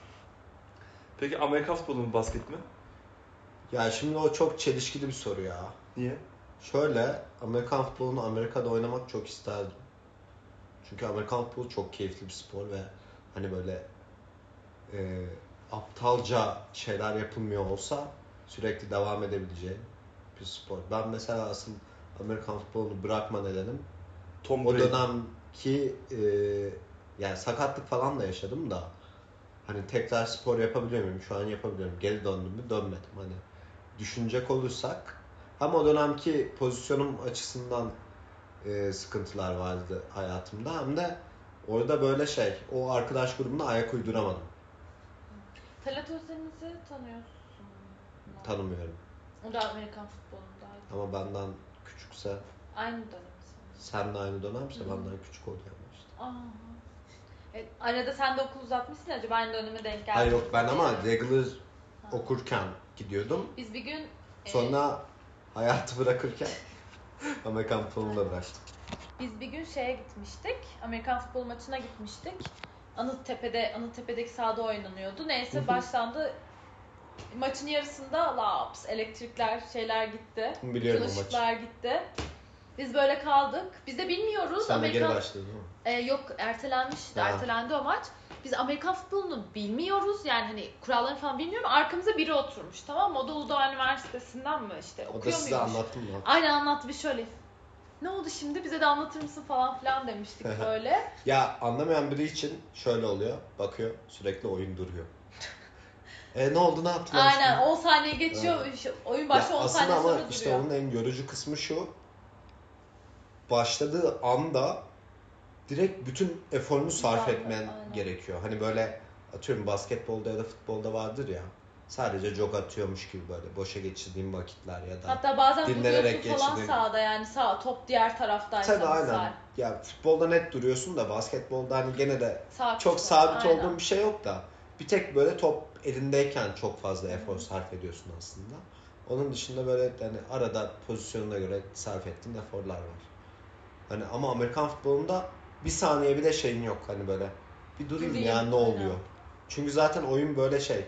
A: Peki Amerika futbolu mu basket mi?
B: Ya şimdi o çok çelişkili bir soru ya.
A: Niye?
B: Şöyle Amerikan futbolunu Amerika'da oynamak çok isterdim. Çünkü Amerikan futbolu çok keyifli bir spor ve hani böyle e, aptalca şeyler yapılmıyor olsa sürekli devam edebileceğim bir spor. Ben mesela asıl Amerikan futbolunu bırakma nedenim
A: Tom
B: o
A: Brady.
B: dönemki e, yani sakatlık falan da yaşadım da hani tekrar spor yapabiliyor muyum? Şu an yapabiliyorum. Geri döndüm mü? Dönmedim. Hani düşünecek olursak hem o dönemki pozisyonum açısından e, sıkıntılar vardı hayatımda hem de orada böyle şey o arkadaş grubuna ayak uyduramadım.
C: Talat Özdeniz'i tanıyorsun. mu?
B: Tanımıyorum.
C: O da Amerikan futbolundaydı.
B: Ama benden küçükse
C: Aynı dönemsiniz.
B: sen de aynı dönemse
C: Hı.
B: benden küçük oluyor ama işte.
C: Aa. E, arada sen de okul uzatmışsın acaba aynı döneme denk geldi.
B: Hayır yok ben ama regular
C: Ha.
B: okurken gidiyordum.
C: Biz bir gün e,
B: Sonra hayatı bırakırken Amerikan futbolunu da bıraktım.
C: Biz bir gün şeye gitmiştik. Amerikan futbol maçına gitmiştik. Anıttepe'de, Anıttepe'deki sahada oynanıyordu.
B: Hı
C: Neyse
B: hı.
C: başlandı. Maçın yarısında laps, elektrikler, şeyler gitti.
B: Biliyorum o maçı.
C: Çalışıklar gitti. Biz böyle kaldık. Biz de bilmiyoruz.
B: Sen de geri
C: Amerikan
B: başladın değil mi?
C: Ee, yok ertelenmişti.
B: Ha.
C: Ertelendi o maç. Biz Amerikan futbolunu bilmiyoruz. Yani hani kurallarını falan bilmiyorum. Arkamıza biri oturmuş tamam mı? O da Uludağ Üniversitesi'nden mi işte
B: O da
C: okuyor
B: size
C: muymuş?
B: anlattım mı?
C: Aynen anlattı bir şöyle. Ne oldu şimdi? Bize de anlatır mısın falan filan demiştik böyle.
B: Ya anlamayan biri için şöyle oluyor. Bakıyor sürekli oyun duruyor. e ne oldu ne yaptılar?
C: Aynen
B: şimdi?
C: 10 saniye geçiyor. işte Oyun başta
B: Ya
C: 10
B: aslında
C: saniye
B: ama
C: sonra
B: işte
C: duruyor.
B: onun en yorucu kısmı şu. Başladığı anda direkt bütün eforunu sarf
C: Sarf-
B: etmen
C: aynen.
B: gerekiyor. Hani böyle atıyorum basketbolda ya da futbolda vardır ya. Sadece jog atıyormuş gibi böyle boşa geçirdiğim vakitler ya da
C: Hatta bazen
B: Dinlenerek
C: vuruyorsun falan
B: geçirdim.
C: sahada yani sağ top diğer taraftaysa
B: Tabii aynen.
C: misal.
B: Ya futbolda net duruyorsun da basketbolda hani gene de
C: Sağ
B: çok
C: kısmı,
B: sabit
C: aynen.
B: olduğun bir şey yok da bir tek böyle top elindeyken çok fazla efor sarf ediyorsun aslında. Onun dışında böyle hani arada pozisyonuna göre sarf ettiğin eforlar var. Hani ama Amerikan futbolunda bir saniye bile şeyin yok hani böyle bir durayım
C: Durayım,
B: ya ne oluyor.
C: aynen.
B: Çünkü zaten oyun böyle şey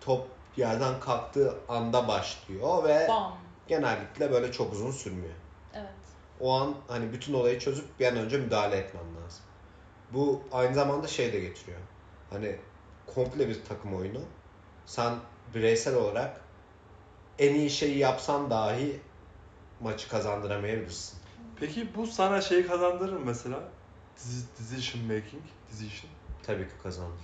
B: top yerden kalktığı anda başlıyor ve
C: Bam.
B: genellikle böyle çok uzun sürmüyor
C: Evet.
B: o an hani bütün olayı çözüp bir an önce müdahale etmem lazım. Bu aynı zamanda şey de getiriyor. Hani komple bir takım oyunu. Sen bireysel olarak en iyi şeyi yapsan dahi maçı kazandıramayabilirsin.
A: Peki bu sana şeyi kazandırır mı mesela? Desi- Decision making, decision.
B: Tabii ki kazanır.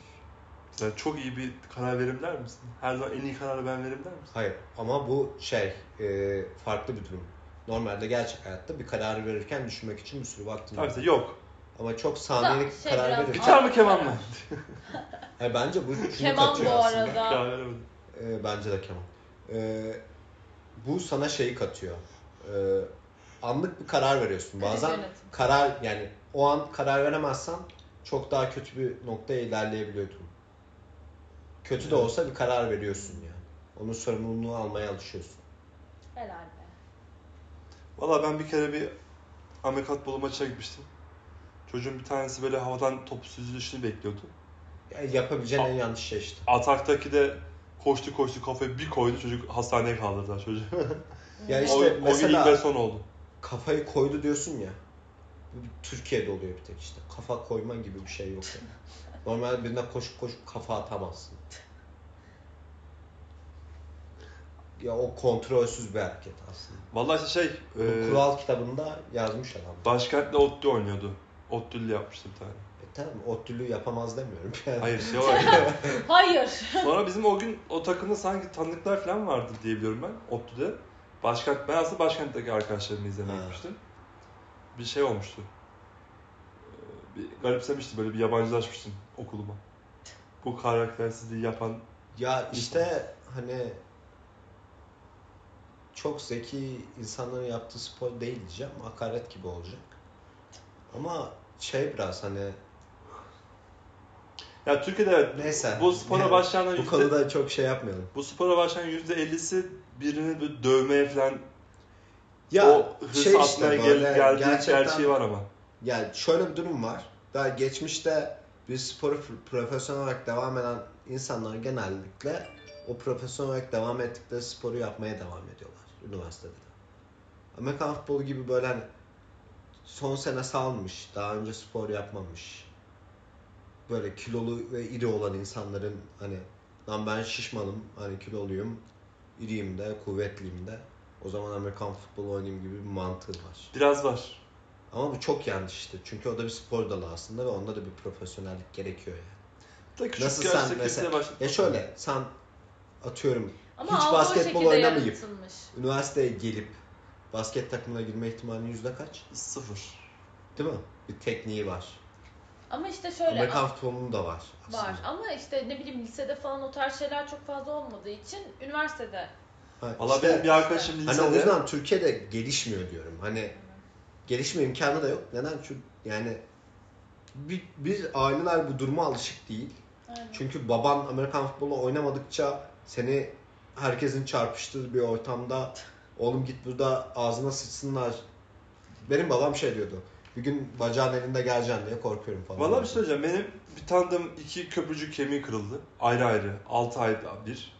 A: Mesela çok iyi bir karar verim der misin? Her zaman en iyi kararı ben verim der misin?
B: Hayır ama bu şey e, farklı bir durum. Normalde gerçek hayatta bir kararı verirken düşünmek için bir sürü vaktin
A: Tabii
B: var.
A: mesela yok.
B: Ama çok saniyelik
C: Şey
B: karar
C: biraz-
B: verirken...
A: Bıçak mı keman mı?
B: Hayır, bence bu şunu
C: Keman bu
B: kaçıyor aslında.
C: arada.
A: Karar veremedim.
B: Ee, bence de Kemal. Ee, bu sana şeyi katıyor. Ee, anlık bir karar veriyorsun.
C: Kriz
B: Bazen
C: yönetimi.
B: karar yani o an karar veremezsen çok daha kötü bir noktaya ilerleyebiliyordun. Kötü de
A: Evet.
B: olsa bir karar veriyorsun yani. Onun sorumluluğunu almaya alışıyorsun.
C: Helal be.
A: Valla ben bir kere bir Amerika futbolu maçına gitmiştim. Çocuğun bir tanesi böyle havadan topu süzülüşünü bekliyordu.
B: Yani yapabileceğin en yanlış şey işte.
A: Ataktaki de koştu koştu kafayı bir koydu çocuk hastaneye kaldırdılar çocuğu.
B: Ya
A: o,
B: işte
A: o gün ilk ve
B: mesela
A: son oldu.
B: kafayı koydu diyorsun ya. Bu Türkiye'de oluyor bir tek işte. Kafa koyma gibi bir şey yok yani. Normalde birine koşup koşup kafa atamazsın. Ya o kontrolsüz bir hareket aslında.
A: Valla işte şey,
B: Bu
A: e,
B: kural kitabında yazmış adam.
A: başkentle Ottu oynuyordu. Ottu'lu yapmıştı bir tane.
B: E tamam otülü yapamaz demiyorum yani.
A: Hayır şey olarak.
C: Hayır.
A: Sonra bizim o gün o takımda sanki tanıdıklar falan vardı diye biliyorum ben Ottu'da. Başkent, ben aslında başkentteki arkadaşlarımı izlemeye
B: Ha.
A: gitmiştim. Bir şey olmuştu. Ee, Bir garipsemişti böyle bir yabancılaşmıştım okuluma. Bu karaktersizliği yapan
B: Ya işte hani çok zeki insanların yaptığı spor değil diyeceğim. Hakaret gibi olacak. Ama şey biraz hani
A: Ya Türkiye'de evet,
B: Neyse.
A: bu spora başlayanların
B: Bu
A: yüzde,
B: konuda çok şey yapmayalım.
A: bu spora başlayan yüzde ellisi birini böyle dövmeye falan
B: Ya
A: o hırs
B: şey işte
A: atmaya
B: böyle
A: gel, geldiği
B: gerçekten
A: gerçeği var ama.
B: yani şöyle bir durum var. Daha geçmişte bir sporu f- profesyonel olarak devam eden insanlar genellikle o profesyonel olarak devam ettikleri sporu yapmaya devam ediyorlar üniversitede de. Amerikan futbolu gibi böyle hani son sene salmış, daha önce spor yapmamış. Böyle kilolu ve iri olan insanların hani lan ben şişmanım, hani kiloluyum, iriyim de, kuvvetliyim de. O zaman Amerikan futbolu oynayayım gibi bir mantığı var.
A: Biraz var.
B: Ama bu çok yanlış işte. Çünkü o da bir spor dalı aslında ve onda da bir profesyonellik gerekiyor yani.
A: Da küçük
B: Nasıl
A: yaşta
B: sen
A: kesinlikle
B: mesela-
A: baş-
B: Ya şöyle sen atıyorum
C: Ama
B: Hiç
C: algı o
B: basketbol
C: şekilde
B: oynamayıp-
C: yaratılmış.
B: üniversiteye gelip basket takımına girme ihtimalinin yüzde kaç?
A: Sıfır.
B: Değil mi? Bir tekniği var.
C: Ama işte şöyle ah,
B: Amerikan futbolunun da var aslında.
C: var ama işte ne bileyim lisede falan o tarz şeyler çok fazla olmadığı için üniversitede
B: Ha,
A: Valla
B: işte,
A: benim bir arkadaşım lisede.
B: hani o yüzden Türkiye'de gelişmiyor diyorum. Hani gelişme imkanı da yok. Neden? Çünkü yani bir, bir aileler bu duruma alışık değil.
C: Aynen.
B: Çünkü baban Amerikan futbolu oynamadıkça seni herkesin çarpıştığı bir ortamda oğlum git burada ağzına sıçsınlar. Benim babam şey diyordu. Bir gün bacağın elinde geleceksin diye korkuyorum falan.
A: Valla bir şey söyleyeceğim. Benim bir tanıdığım iki köprücük kemiği kırıldı. Ayrı ayrı. 6 ayda bir.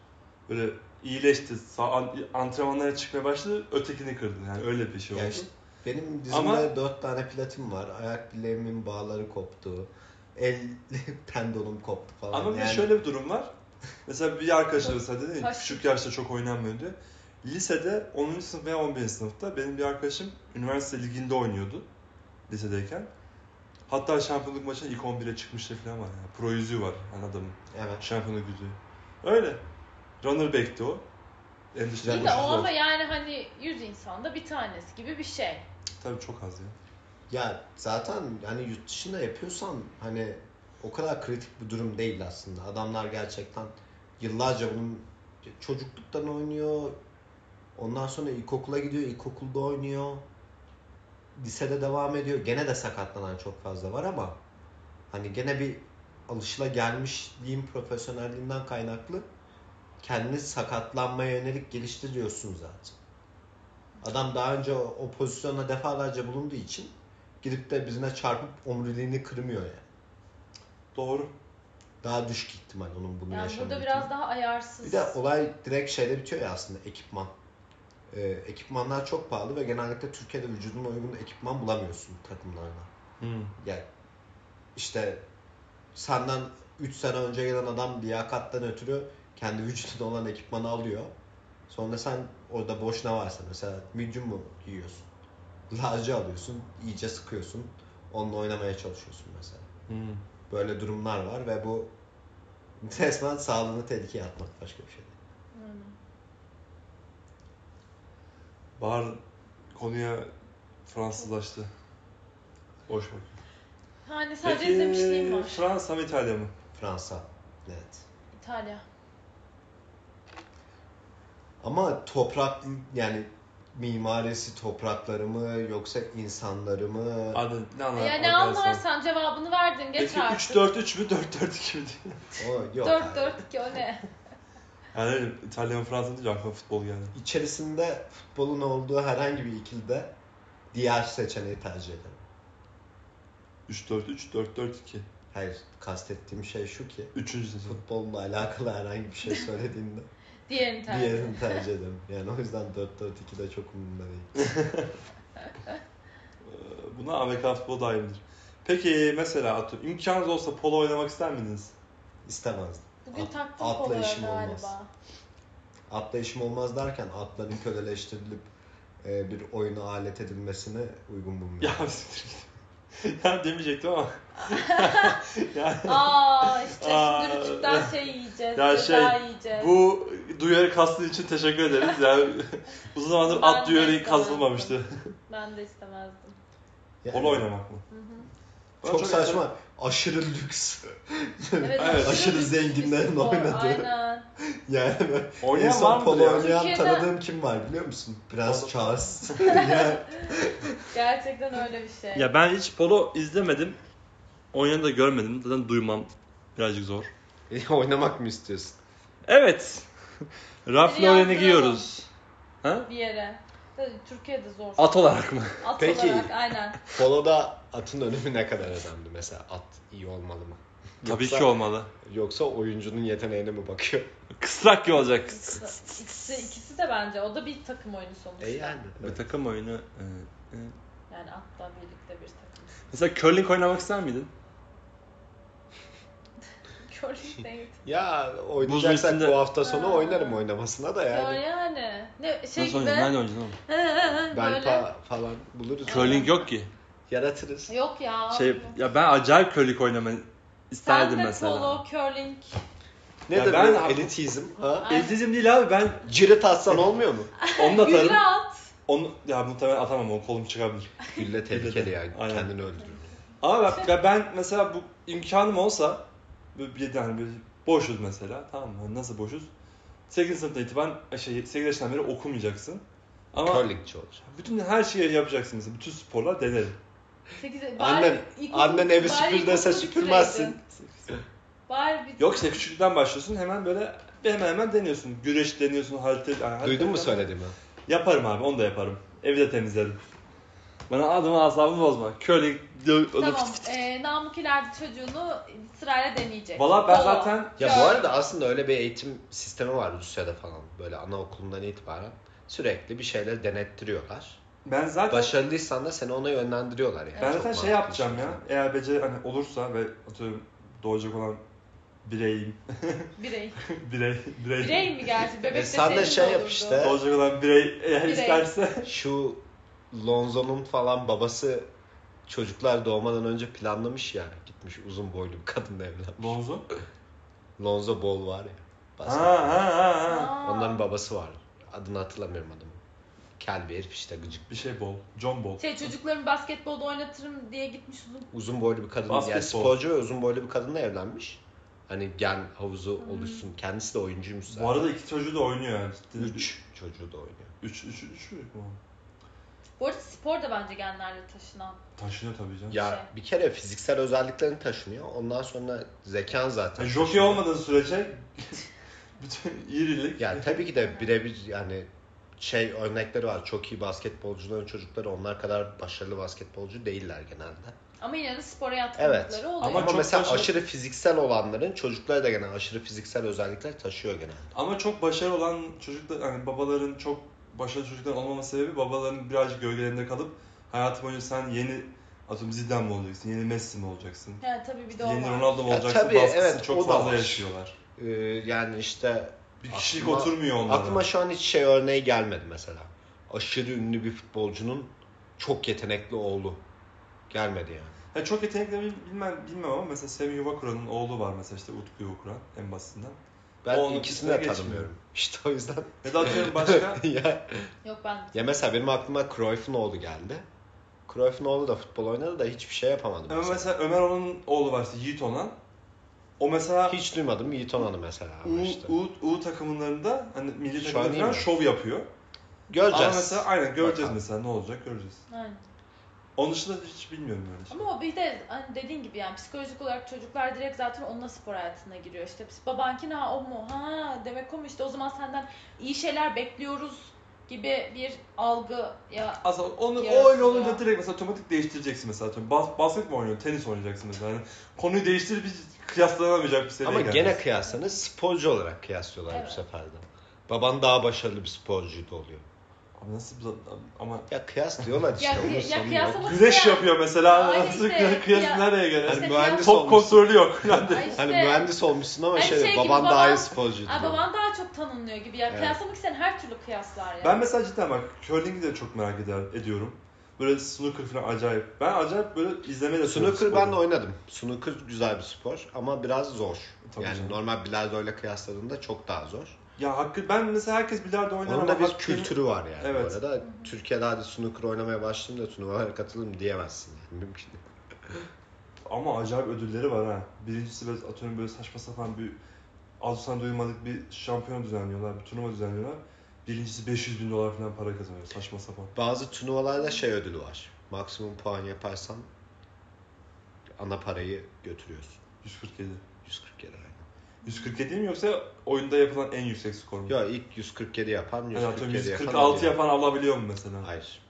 A: Böyle iyileşti. Sa- an- Antrenmanlara çıkmaya başladı. Ötekini kırdı. Yani öyle bir şey oldu.
B: Ya işte benim dizimde
A: Ama-
B: dört tane platin var. Ayak bileğimin bağları koptu. El tendonum koptu falan.
A: Ama bir de
B: Yani
A: şöyle bir durum var. Mesela bir arkadaşım mesela dedi ya,
C: Taş-
A: küçük yaşta çok oynanmıyor diyor. Lisede 10. sınıf veya 11. sınıfta benim bir arkadaşım üniversite liginde oynuyordu lisedeyken. Hatta şampiyonluk maçına ilk 11'e çıkmıştı falan var. Yani. Pro yüzüğü var yani adamın.
B: Evet.
A: Şampiyonluk yüzüğü. Öyle. Runner back'ti o. şey En dışarı
C: İyi de
A: koşucu
C: o ama
A: var.
C: yani hani 100 insanda bir tanesi gibi bir şey.
A: Tabii çok az ya.
B: Ya zaten hani yurt dışında yapıyorsan hani o kadar kritik bir durum değil aslında. Adamlar gerçekten yıllarca bunun çocukluktan oynuyor. Ondan sonra ilkokula gidiyor, ilkokulda oynuyor. Lisede devam ediyor. Gene de sakatlanan çok fazla var ama hani gene bir alışıla gelmişliğin profesyonelliğinden kaynaklı kendini sakatlanmaya yönelik geliştiriyorsun zaten. Adam daha önce o, o pozisyona defalarca bulunduğu için gidip de birine çarpıp omuriliğini kırmıyor yani.
A: Doğru.
B: Daha düşük ihtimal onun bunu
C: Yani
B: yaşama
C: burada
B: ihtimali.
C: biraz daha ayarsız.
B: Bir de olay direkt şeyde bitiyor ya aslında ekipman. Ee, ekipmanlar çok pahalı ve genellikle Türkiye'de vücuduna uygun ekipman bulamıyorsun takımlarda.
A: Hmm.
B: Yani işte senden 3 sene önce gelen adam liyakattan ötürü kendi vücuduna olan ekipmanı alıyor. Sonra sen orada boş ne varsa mesela medium mu giyiyorsun? Large alıyorsun, iyice sıkıyorsun. Onunla oynamaya çalışıyorsun mesela.
A: Hmm.
B: Böyle durumlar var ve bu resmen sağlığını tehlikeye atmak başka bir şey değil.
C: Aynen.
A: Bahar konuya Fransızlaştı. Boş bak.
C: Yani Hani sadece izlemişliğim var.
A: Fransa mı İtalya mı?
B: Fransa. Evet.
C: İtalya.
B: Ama toprak yani mimarisi toprakları mı yoksa insanları mı?
A: Hadi ne anlar?
C: Yani ne anlarsan cevabını verdin geç
A: Peki
C: artık.
A: 3-4-3 mü 4-4-2 mi diye.
B: O yok. abi.
C: 4-4-2 o ne?
A: Yani öyle İtalya mı Fransa deyince aklıma futbol geldi.
B: İçerisinde futbolun olduğu herhangi bir ikilde diğer seçeneği tercih ederim.
A: 3-4-3, 4-4-2.
B: Hayır, kastettiğim şey şu ki
A: Üçüncü sezon.
B: futbolla alakalı herhangi bir şey söylediğinde
C: Diğerini tercih.
B: diğerini tercih ederim. Yani o yüzden 4-4-2 de çok umurumda değil.
A: Ee, Buna Amerikan futbolu dahildir. Peki mesela atıyorum imkanınız olsa polo oynamak ister miydiniz?
B: İstemezdim.
C: Bugün
B: At-
C: taktım
B: atla
C: kolaya
B: işim
C: galiba.
B: olmaz. Atlayışım olmaz derken atların köleleştirilip e, bir oyuna alet edilmesini uygun
A: Ya
B: bulmuyorum.
A: siktir git. ya demeyecektim ama. ya,
C: Aa işte
A: Aa,
C: şimdi rütükten şey yiyeceğiz.
A: ya
C: Ya
A: şey,
C: yiyeceğiz.
A: bu duyarı kastığın için teşekkür ederiz. Yani uzun zamandır
C: Ben de
A: at duyarı
C: istemezdim.
A: kasılmamıştı.
C: Ben de istemezdim.
B: Yani
A: Polo oynamak mı?
C: Hı hı.
A: Bana
B: Çok saçma.
A: enteresan-
B: Aşırı lüks.
C: Evet,
A: Aşırı
B: aşırı
C: lüks bir
B: zenginlerin
C: spor,
B: oynadığı.
C: Aynen.
B: Yani böyle en
A: Oynayan var
B: son
A: mıdır
B: polo
A: ya?
B: oynayan
C: Türkiye'de-
B: tanıdığım kim var biliyor musun? Prens
A: Polo.
B: Charles. yani
C: Gerçekten öyle bir şey.
A: Ya ben hiç polo izlemedim. Oynayanı da görmedim. Zaten duymam birazcık zor.
B: E, oynamak mı istiyorsun?
A: Evet. Ralph
C: Biri
A: Lauren'i
C: yazdıralım.
A: giyiyoruz. Ha?
C: Bir yere. Tabii Türkiye'de zor.
A: At olarak mı?
C: At
B: Peki.
C: olarak aynen.
B: Polo'da atın önemi ne kadar önemli mesela? At iyi olmalı mı?
A: Tabii
B: Yoksa-
A: ki olmalı.
B: Yoksa oyuncunun yeteneğine mi bakıyor?
A: Kısrak ki olacak.
C: İkisi, ikisi de bence. O da bir takım oyunu sonuçta.
B: E yani.
A: Bir takım oyunu. e, e.
C: Yani hatta birlikte bir takım.
A: Mesela curling oynamak ister miydin?
C: Curling değil.
B: Ya
A: Buzun
B: oynayacaksak
A: içinde-
B: bu hafta sonu
C: Ha.
B: oynarım oynamasına da
C: Ya
B: yani.
C: yani. Ne
A: Nasıl
C: şey gibi.
A: oynayacaksın? Nerede oynayacaksın oğlum?
C: Böyle.
B: Belpa falan buluruz.
A: Curling yok ki.
B: Yaratırız.
C: Yok ya.
A: Şey, ya ben acayip curling oynamayı
C: Sen de
A: isterdim mesela.
C: polo, curling.
B: Ne
A: Ya
B: de
A: ben-
B: ben elitizm ha? E,
C: Ay.
A: Elitizm değil abi ben
B: Cirit atsan olmuyor mu?
A: onunla atarım.
C: Gülle at.
A: Onu, ya muhtemelen atamam onu kolum çıkabilir.
B: Gülle tehlikeli yani.
A: Aynen.
B: Kendini öldürür.
A: Ama bak ya ben mesela bu imkanım olsa böyle bir yani böyle boşuz mesela tamam mı? Hani Nasıl boşuz? 8. sınıfta itibaren şey 8 yaşından beri okumayacaksın. Ama
B: Curlingçi olacak.
A: bütün her şeyi yapacaksın mesela. Bütün sporlar denerim.
C: 8, bari,
B: Annen,
C: ilkokul-
B: annen evi
C: bari
B: süpür dese
C: ilkokulu
B: süpürmezsin.
C: bitireydin. Bari bir
A: Yok şey, işte küçüklükten başlıyorsun hemen böyle hemen hemen deniyorsun. Güreş deniyorsun. Halter, yani halter-
B: Duydun mu söylediğimi?
A: Yaparım abi onu da yaparım. Evi de temizlerim. Bana adımı asabımı bozma. Curling, dö-
C: Tamam. E, Namık ileride çocuğunu sırayla deneyecek.
A: Valla ben
C: Polo.
A: zaten
B: Ya bu
C: Curling.
B: arada aslında öyle bir eğitim sistemi var Rusya'da falan. Böyle anaokulundan itibaren sürekli bir şeyler denettiriyorlar.
A: ben zaten
B: Başarılıysan da seni ona yönlendiriyorlar yani.
A: Ben
B: Çok
A: zaten şey
B: mantıklı
A: yapacağım
B: bir şey.
A: ya. Eğer beceri hani olursa ve atıyorum doğacak olan bireyim.
C: Birey.
A: birey, birey.
C: Birey mi gerçi? Bebek
B: E, sen de
C: deseydin
B: şey yap
C: olurdu.
B: işte.
A: Doğacak olan birey eğer
C: Birey.
A: isterse.
B: Şu Lonzo'nun falan babası çocuklar doğmadan önce planlamış ya. Gitmiş uzun boylu bir kadınla evlenmiş.
A: Bonzo.
B: Lonzo Ball var ya.
A: Ha
B: basketbol.
A: ha ha. ha.
C: Aa.
B: Onların babası var. Adını hatırlamıyorum adamı. Kel bir herif işte gıcık.
A: Bir şey bol. John Bol.
C: Şey çocukların basketbolda oynatırım diye gitmiş uzun.
B: Uzun boylu bir kadın.
A: Basketbol.
B: Yani sporcu ve uzun boylu bir kadınla evlenmiş. Hani gen havuzu oluşsun. Kendisi de oyuncuymuş
C: Şey-
B: zaten.
A: Bu arada iki çocuğu da oynuyor yani. Ciddi.
B: Üç çocuğu da oynuyor.
A: Üç, üç, üç mü? Oo.
C: Bu arada spor da bence genlerle taşınan.
A: Taşınıyor tabii canım.
B: Ya bir kere fiziksel özelliklerini taşınıyor. Ondan sonra zekan zaten.
A: Yani E, jockey
B: taşınıyor.
A: olmadığı sürece bütün irilik.
B: Yani tabii ki de birebir yani şey örnekleri var. Çok iyi basketbolcuların çocukları onlar kadar başarılı basketbolcu değiller genelde.
C: Ama yine de spora yatkınlıkları
B: Evet.
C: oluyor.
B: Ama,
A: Ama çok
B: mesela
A: başarılı-
B: aşırı fiziksel olanların çocukları da gene aşırı fiziksel özellikler taşıyor genelde.
A: Ama çok başarılı olan çocuklar, hani babaların çok başarılı çocuklar olmama sebebi babaların birazcık gölgelerinde kalıp hayatı boyunca sen yeni atıyorum Zidane mi olacaksın, yeni Messi mi olacaksın,
C: Yani tabii bir de o
A: yeni
C: var.
A: Ronaldo mu
B: Ya
A: olacaksın
B: tabii,
A: baskısı
B: evet, o
A: çok
B: da
A: fazla
B: var.
A: yaşıyorlar.
B: Ee, yani işte
A: Bir kişilik
B: Aklıma-
A: oturmuyor onlara.
B: aklıma şu an hiç şey örneği gelmedi mesela. Aşırı ünlü bir futbolcunun çok yetenekli oğlu gelmedi yani.
A: Ya çok yetenekli mi bilmem, bilmem ama mesela Sami Yuvakura'nın oğlu var mesela işte Utku Yuvakura en basitinden.
B: Ben
A: O onun
B: ikisini de
A: üstüne
B: tanımıyorum. İşte o yüzden.
A: Ya da atıyorum başka
B: ya,
C: Yok ben
B: ya mesela benim aklıma Cruyff'un oğlu geldi. Cruyff'un oğlu da futbol oynadı da hiçbir şey yapamadı
A: Ama
B: mesela.
A: mesela Ömer onun oğlu var işte Yiğit Onan. O mesela
B: Hiç duymadım Yiğit Onan'ı mesela
A: U,
B: ama işte.
A: U, U takımlarında hani milli
B: Şu an
A: takımda
B: iyi
A: falan
B: mi?
A: şov yapıyor.
B: Göreceğiz.
A: Ama mesela aynen göreceğiz
B: Bakalım.
A: mesela ne olacak göreceğiz.
C: Aynen.
A: Onun dışında hiç bilmiyorum yani.
C: Ama o bir de hani dediğin gibi yani psikolojik olarak çocuklar direkt zaten onunla spor hayatına giriyor. İşte biz babankin ha o mu ha demek o mu işte o zaman senden iyi şeyler bekliyoruz gibi bir algı ya
A: Aslında onu, o
C: Yarası
A: öyle olunca
C: ya.
A: direkt mesela otomatik değiştireceksin mesela. Atıyorum Bas, basket mi oynuyorsun, tenis oynayacaksın mesela. Yani konuyu değiştirip hiç kıyaslanamayacak bir seviyeye
B: Ama
A: gelmiş.
B: gene kıyaslanır sporcu olarak kıyaslıyorlar
C: Evet.
B: bu sefer de. Baban daha başarılı bir sporcuydu oluyor.
A: Abi nasıl ama...
B: Ya kıyas diyorlar işte.
C: ya,
B: onun
C: kıy-
B: sonu
C: ya
B: yok. Hani
C: kıyaslaması
A: Güreş
C: ya.
A: yapıyor mesela.
C: Aynen
A: Nasıl
C: işte.
A: kıyas
C: Ya-
A: nereye göre?
C: İşte
B: mühendis
C: ya-
A: Top kontrolü yok. Yani
C: Ay işte-
B: Hani mühendis olmuşsun ama
C: Hani
B: şey,
C: şey gibi
B: baban
C: baban-
B: daha iyi sporcuydu.
C: Ay,
B: diyor.
C: baban daha çok tanınıyor gibi ya.
B: Evet.
C: Kıyaslamak isteyen her türlü kıyaslar ya.
A: ben mesela cidden bak curling'i de çok merak eder, ediyorum. Böyle snooker falan acayip. Ben acayip böyle izlemeyi de seviyorum
B: Snooker ben de
A: sporu.
B: oynadım. Snooker güzel bir spor ama biraz zor.
A: Tabii
B: yani
A: canım.
B: normal bilardo ile kıyasladığında çok daha zor.
A: Ya hakkı ben mesela herkes bilardo oynar
B: Onun
A: ama
B: da bir
A: hakkı-
B: kültürü var yani
A: Evet.
B: bu arada. Türkiye'de hadi snooker oynamaya başladım da turnuvalara katılayım diyemezsin. Yani. Mümkün değil.
A: Ama acayip ödülleri var ha. Birincisi böyle atıyorum böyle saçma sapan bir Azusan duymadık bir şampiyon düzenliyorlar, bir turnuva düzenliyorlar. Birincisi 500 bin dolar falan para kazanıyor saçma sapan.
B: Bazı turnuvalarda şey ödülü var. Maksimum puan yaparsan ana parayı götürüyorsun.
A: 147.
B: 147 aynı.
A: 147 mi yoksa oyunda yapılan en yüksek skor mu?
B: Ya ilk 147 yapan
A: Hani atıyorum
B: 147
A: 146
B: alıyor.
A: yapan alabiliyor mu mesela?
B: Hayır.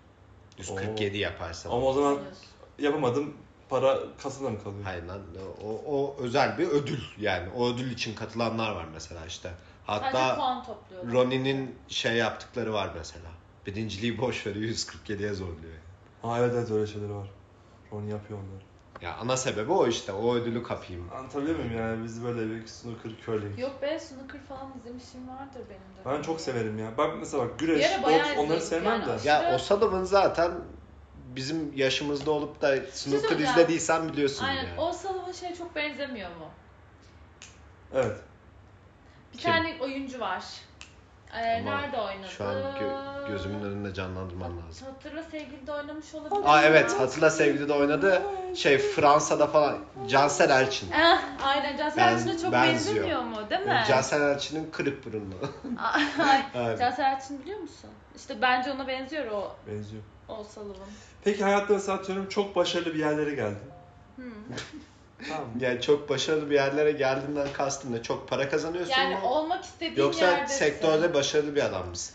B: 147 yaparsan.
A: Ama o zaman
C: Tanıyorsun.
A: yapamadım para kasada mı kalıyor?
B: Hayır lan o, o özel bir ödül yani. O ödül için katılanlar var mesela işte.
C: Sadece
B: Hatta
C: puan topluyorlar.
B: Ronnie'nin şey yaptıkları var mesela. Birinciliği boş veriyor 147'ye zorluyor.
A: Aa evet evet öyle şeyler var. Onu yapıyor onlar.
B: Ya ana sebebi o işte. O ödülü kapayım.
A: Anlatabiliyor muyum yani biz böyle bir snooker curling.
C: Yok be snooker falan izlemişim vardır benim de.
A: Ben çok severim ya. Bak mesela bak
C: Bir
A: güreş,
C: ara bayağı
A: boks onları
C: izledik
A: sevmem
C: yani.
A: de.
B: Ya o Sullivan zaten bizim yaşımızda olup da snooker
C: söyleyeceğim.
B: izlediysen biliyorsun
C: Aynen.
B: yani.
C: O salonun şeye çok benzemiyor mu?
A: Evet.
C: Bir
B: Kim?
C: tane oyuncu var. Ee,
B: Ama
C: nerede oynadı?
B: Şu an gö- gözümün önünde canlandırman lazım.
C: Hatırla sevgilide oynamış olabilir.
B: Aa evet hatırla sevgili de oynadı. Şey Fransa'da falan Cansel Erçin.
C: Ah, Aynen Cansel
B: Ben-
C: Erçin'e çok
B: benziyor.
C: benzemiyor mu değil mi?
B: Yani Cansel Erçin'in kırık burunlu.
C: Ay,
B: Evet.
C: Cansel Erçin biliyor musun? İşte bence ona benziyor o,
A: Benziyor.
C: o Sullivan.
A: Peki hayatta mesela atıyorum çok başarılı bir yerlere geldin.
C: Hmm.
A: Tamam mı?
B: Yani çok başarılı bir yerlere geldiğinden kastım ne? Çok para kazanıyorsun
C: Yani
B: mu?
C: olmak istediğin
B: Yoksa
C: yerdesin.
B: sektörde başarılı bir adam mısın?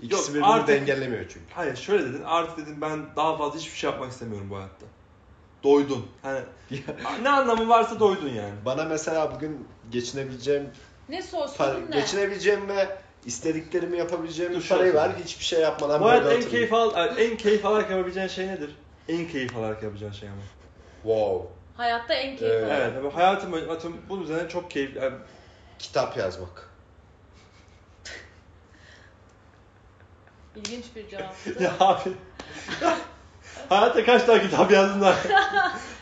B: İkisi
A: Yok,
B: birbirini
A: artık-
B: dengelemiyor çünkü.
A: Hayır şöyle dedin artık dedim ben daha fazla hiçbir şey yapmak istemiyorum bu hayatta. Doydun. Hani ne anlamı varsa doydun yani.
B: Bana mesela bugün geçinebileceğim,
C: Ne sorsun
B: para,
C: ne?
B: geçinebileceğim ve istediklerimi yapabileceğim
A: Dur,
B: bir parayı
A: şöyle.
B: ver. Hiçbir şey yapmadan
A: Bu hayatta
B: böyle
A: en
B: oturuyorum.
A: keyif, al, e, en keyif alarak yapabileceğin şey nedir? En keyif alarak yapacağın şey ama.
B: Wow.
C: Hayatta en keyifli.
B: Evet.
A: Evet. evet. Hayatım atıyorum bunun üzerine çok keyif. e, yani
B: Kitap yazmak.
C: İlginç bir cevaptı.
A: Ya abi. Hayatta kaç tane kitap yazdın lan?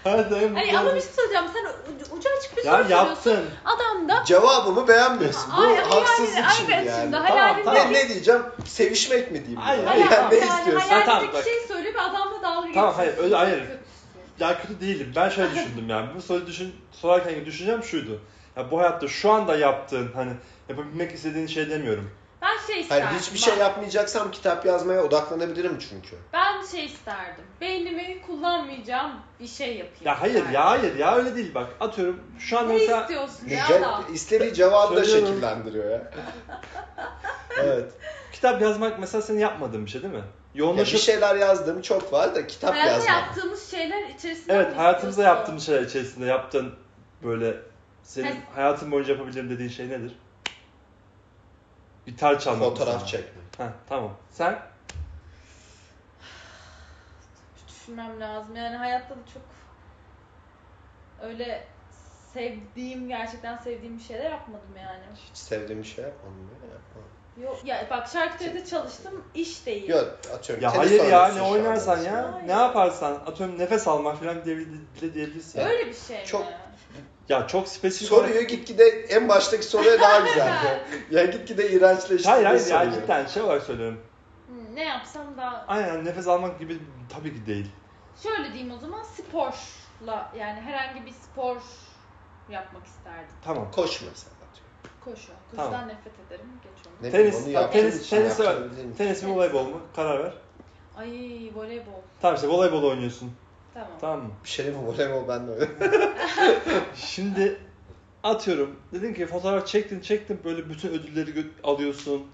A: Hayatta en
C: Hani ama bir şey söyleyeceğim. Sen ucu- ucu açık bir
A: Ya
C: soru soruyorsun.
A: yaptın.
C: Adam da
B: Cevabımı beğenmiyorsun. Bu
C: Ay, ama
B: haksızlık
C: yani,
B: şimdi
C: evet
B: yani.
C: şimdi
A: Tamam,
C: hayalindeki,
A: tamam.
B: Ne, ne diyeceğim? Sevişmek mi diyeyim?
A: Hayır,
B: ya?
A: hayır,
B: Yani
A: tamam.
B: ne
C: yani
B: istiyorsun?
A: hayır.
C: hayalindeki
A: Tamam, bak.
C: şey söylüyor ve adamla dalga geçiyor.
A: Tamam, hayır, öyle- hayır.
C: Kötüsü.
A: Ya kötü değilim. Ben şöyle düşündüm yani. Bu soruyu düşün, sorarken düşüncem şuydu. Ya bu hayatta şu anda yaptığın hani yapabilmek istediğin şey demiyorum.
C: Ben şey isterdim.
B: Hayır, hiçbir şey
C: bak.
B: yapmayacaksam kitap yazmaya odaklanabilirim çünkü.
C: Ben şey isterdim. Beynimi kullanmayacağım bir şey yapayım.
A: Ya hayır ya hayır ya öyle değil bak. Atıyorum şu anda
C: Ne
A: mesela
C: istiyorsun ya
B: Müce,
C: adam?
B: istediği cevabı da
A: Söylüyorum.
B: şekillendiriyor ya. evet.
A: kitap yazmak mesela senin yapmadığın bir şey değil mi?
B: Ya bir
A: Yoğunlaşıp
B: şeyler yazdım çok var da kitap
C: Hayatta
B: yazmadım.
C: yaptığımız şeyler içerisinde
B: şey
A: evet
C: mi
A: hayatımızda
C: istiyorsun?
A: yaptığımız şeyler içerisinde yaptığın böyle senin
C: Has-
A: hayatın boyunca yapabilirim dediğin şey nedir? Gitar çalmak.
B: Fotoğraf
A: mesela.
B: çekme.
A: Heh, tamam. Sen
C: Düşünmem lazım. Yani hayatta da çok öyle sevdiğim, gerçekten sevdiğim bir şeyler yapmadım yani.
B: Hiç sevdiğim bir şey yapmadım. ya, yapmadım.
C: Yok ya bak şarkıda çalıştım, iş değil.
B: Yok atıyorum.
A: Ya
B: tenis
A: hayır ya
B: oynuyorsun
A: ne
B: şu
A: oynarsan
B: anda.
A: ya,
C: Hayır.
A: ne yaparsan atıyorum nefes almak falan diye, bile diyebilirsin.
C: Öyle bir şey
B: Çok-
C: mi?
A: Ya çok spesifik.
B: Soruyu gitgide en baştaki soruya daha güzel. ya gitgide iğrençleşti.
A: Hayır hayır ya cidden şey olarak söylüyorum.
C: Hı, Hmm, Ne yapsam daha...
A: Aynen nefes almak gibi tabii ki değil.
C: Şöyle diyeyim o zaman sporla yani herhangi bir spor yapmak isterdim.
A: Tamam.
B: Koş mesela. atıyorum.
C: Koşu. Koşudan
A: Tamam.
C: nefret ederim. Geç onu.
B: Ne
A: Tenis,
B: bileyim, onu
A: ya
B: yaptığın
A: tenis,
B: için
A: tenis
B: yaptığın
A: öyle.
B: değil mi?
A: Tenis mi voleybol mu? Karar ver.
C: Ay voleybol.
A: Tamam işte voleybol oynuyorsun.
C: Tamam.
A: Tamam mı?
B: Bir şey mi voleybol ben de öyle.
A: Şimdi atıyorum dedin ki fotoğraf çektin çektin böyle bütün ödülleri gö- alıyorsun.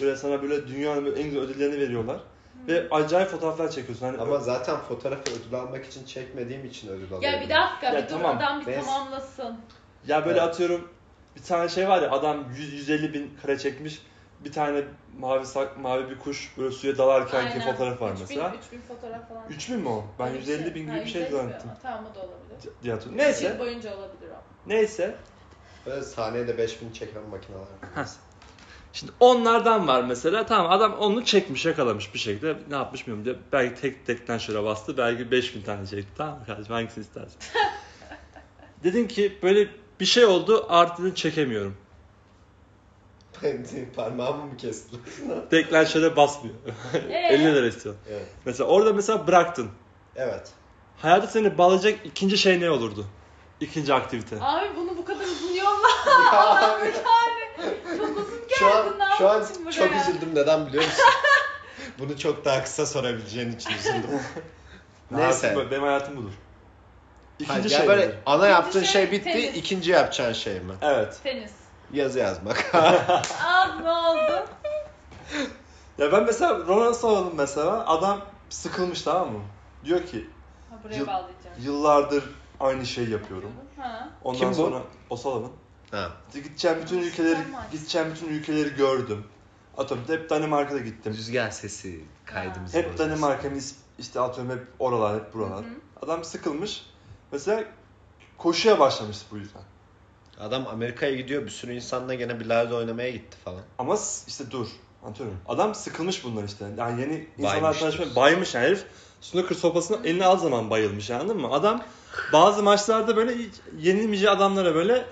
A: Böyle sana böyle dünyanın böyle en güzel ödüllerini veriyorlar. Ve acayip fotoğraflar çekiyorsun. Hani
B: Ama zaten fotoğrafı ödül almak için çekmediğim için ödül alıyorum.
C: Ya bir dakika
A: Ya
C: bir
A: tamam,
C: dur adam bir
B: neyse.
C: tamamlasın.
A: Ya böyle
B: Evet.
A: atıyorum bir tane şey var ya adam 100 150 bin kare çekmiş. Bir tane mavi sak, mavi bir kuş böyle suya dalarken ki
C: Aynen.
A: fotoğraf var
C: 3000,
A: mesela.
C: 3000 fotoğraf falan.
A: 3000 mi o? Ben
C: Öyle
A: 150 bin gibi
C: Ha,
A: bir şey
C: 150 bin.
A: zannettim.
C: Tamam o da olabilir.
A: diye hatırlıyorum.
C: Yıl
A: Neyse,
C: boyunca olabilir o.
A: neyse.
B: Böyle saniyede 5000 çeken makineler var.
A: Şimdi onlardan var mesela. Tamam adam onu çekmiş, yakalamış bir şekilde. Ne yapmış bilmiyorum diye. Belki tek tekten şöyle bastı. Belki 5000 tane çekti. Tamam mı kardeşim hangisini istersin? Dedin ki böyle bir şey oldu artık çekemiyorum.
B: Benim Parmağımı mı kestin?
A: Deklanşöre basmıyor.
C: Ee?
A: 50 lira istiyor.
B: evet.
A: Mesela orada mesela bıraktın.
B: Evet.
A: Hayata seni bağlayacak ikinci şey ne olurdu? İkinci aktivite.
C: Abi bunu bu kadar uzun yolla.
B: Ya, şu
C: Çok uzun geldin,
B: an,
C: ne
B: şu an
C: yapıyorsun
B: çok
C: buraya?
B: üzüldüm. Neden biliyor musun? Bunu çok daha kısa sorabileceğin için üzüldüm. Neyse.
A: Hayatım böyle- benim hayatım budur. İkinci
B: Hayır, ya
A: şey
B: böyle
A: nedir?
B: ana yaptığın
C: şey
B: şey bitti,
C: tenis.
B: ikinci yapacağın şey mi?
A: Evet.
C: tenis.
B: Yazı yazmak.
C: Ah ne oldu?
A: Ya ben mesela Ronald soralım mesela. Adam sıkılmış tamam mı? Diyor ki
C: Ha, buraya
A: Yıl-
C: bağlayacağım.
A: Yıllardır aynı şeyi yapıyorum.
C: Ha.
A: Ondan
B: Kim bu?
A: sonra o Sullivan.
B: Ha.
A: Gideceğim bütün ülkeleri
C: Sen varsın.
A: gideceğim bütün ülkeleri gördüm. Atıyorum hep Danimarka'da gittim.
B: Rüzgar sesi kaydımızı
A: Hep
B: bozmasın.
A: Danimarka, mis- işte atıyorum hep oralar, hep buralar.
C: Hı hı.
A: Adam sıkılmış. Mesela koşuya başlamış bu yüzden.
B: Adam Amerika'ya gidiyor bir sürü insanla gene bilardo oynamaya gitti falan.
A: Ama s- işte dur. Anlatıyorum. Adam sıkılmış bunlar işte. Yani yeni insanlar
B: Baymış
A: tanışmaya
B: diyorsun.
A: baymış yani herif. Snooker sopasını eline al zaman bayılmış anladın mı? Adam bazı maçlarda böyle hiç yenilmeyeceği adamlara böyle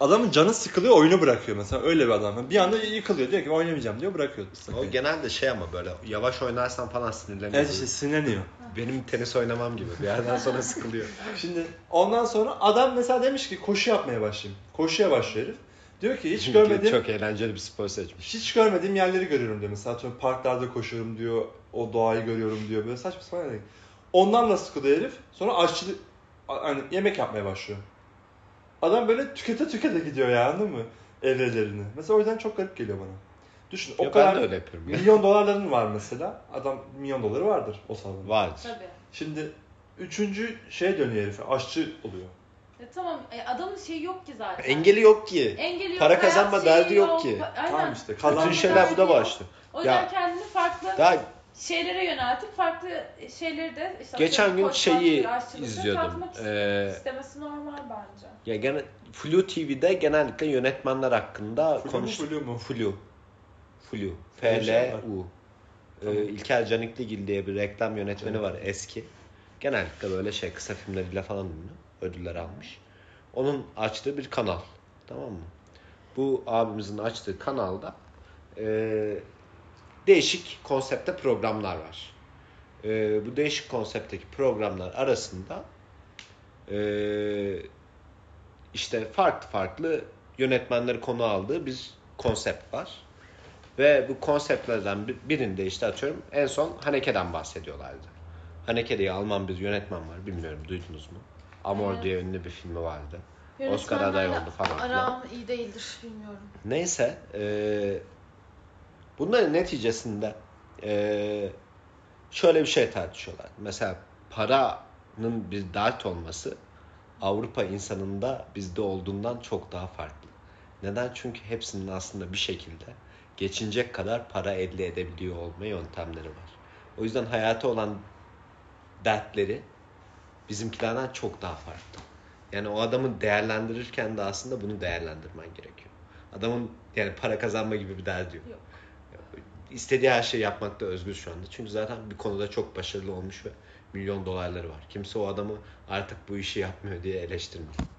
A: adamın canı sıkılıyor oyunu bırakıyor mesela öyle bir adam. Bir anda yıkılıyor diyor ki oynamayacağım diyor bırakıyor.
B: O genelde şey ama böyle yavaş oynarsan falan sinirleniyor.
A: Evet işte
C: şey-
A: sinirleniyor.
B: Benim tenis oynamam gibi. Bir yerden sonra sıkılıyor.
A: Şimdi ondan sonra adam mesela demiş ki koşu yapmaya başlayayım. Koşuya başlıyor herif. Diyor ki hiç görmediğim
B: Çok eğlenceli bir spor seçmiş.
A: hiç görmediğim yerleri görüyorum diyor. Mesela atıyorum parklarda koşuyorum diyor. O doğayı görüyorum diyor. Böyle saçma sapan yerler. Ondan da sıkılıyor herif. Sonra aşçılık a- hani yemek yapmaya başlıyor. Adam böyle tükete tükete gidiyor ya anladın mı? Evrelerini. Mesela o yüzden çok garip geliyor bana. Düşün o
B: Ya
A: kadar
B: ben de öyle yapıyorum. ya.
A: milyon dolarların var mesela. Adam milyon doları vardır o salonun.
B: Var.
C: Tabii.
A: Şimdi üçüncü şeye dönüyor herif. Aşçı oluyor.
C: Ya tamam e, adamın şeyi yok ki zaten.
B: Engeli yok ki.
C: Engeli yok.
B: Para
C: hayat
B: kazanma
C: şeyi
B: derdi yok ki.
C: Pa- Aynen.
A: Tamam işte
B: Bütün
A: kazanmış.
B: şeyler bu da
C: Yok.
B: başlı.
C: O yüzden
B: Ya-
C: kendini farklı
B: Daha
C: şeylere yöneltip farklı şeyleri de işte
B: geçen gün şeyi izliyordum.
C: Ee,
B: Ee,
C: istemesi normal bence.
B: ya gene Flu TV'de genellikle yönetmenler hakkında
A: Flu mu,
B: konuştuk.
A: flu mu?
B: Flu. Flu.
A: Öyle bir şey var.
B: F-L-U. Ee,
A: Tamam.
B: İlker Canikligil diye bir reklam yönetmeni var eski. Genellikle böyle şey kısa filmleriyle falan ünlü. Ödüller almış. Onun açtığı bir kanal. Tamam mı? Bu abimizin açtığı kanalda eee, değişik konsepte programlar var. Eee, Ee, bu değişik konseptteki programlar arasında eee, işte farklı farklı yönetmenleri konu aldığı bir konsept var. Ve bu konseptlerden bir- birinde işte atıyorum en son Haneke'den bahsediyorlardı. Haneke diye Alman bir yönetmen var bilmiyorum duydunuz mu? Amor
C: Evet.
B: diye ünlü bir filmi vardı. Oscar aday oldu falan filan.
C: Aram iyi değildir bilmiyorum.
B: Neyse eee bunların neticesinde eee, şöyle bir şey tartışıyorlar. Mesela paranın bir dert olması Avrupa insanında bizde olduğundan çok daha farklı. Neden? Çünkü hepsinin aslında bir şekilde geçinecek kadar para elde edebiliyor olma yöntemleri var. O yüzden hayata olan dertleri bizimkilerden çok daha farklı. Yani o adamı değerlendirirken de aslında bunu değerlendirmen gerekiyor. Adamın yani para kazanma gibi bir derdi yok.
C: Yok.
B: İstediği her şeyi yapmakta özgür şu anda. Çünkü zaten bir konuda çok başarılı olmuş ve milyon dolarları var. Kimse o adamı artık bu işi yapmıyor diye eleştirmiyor.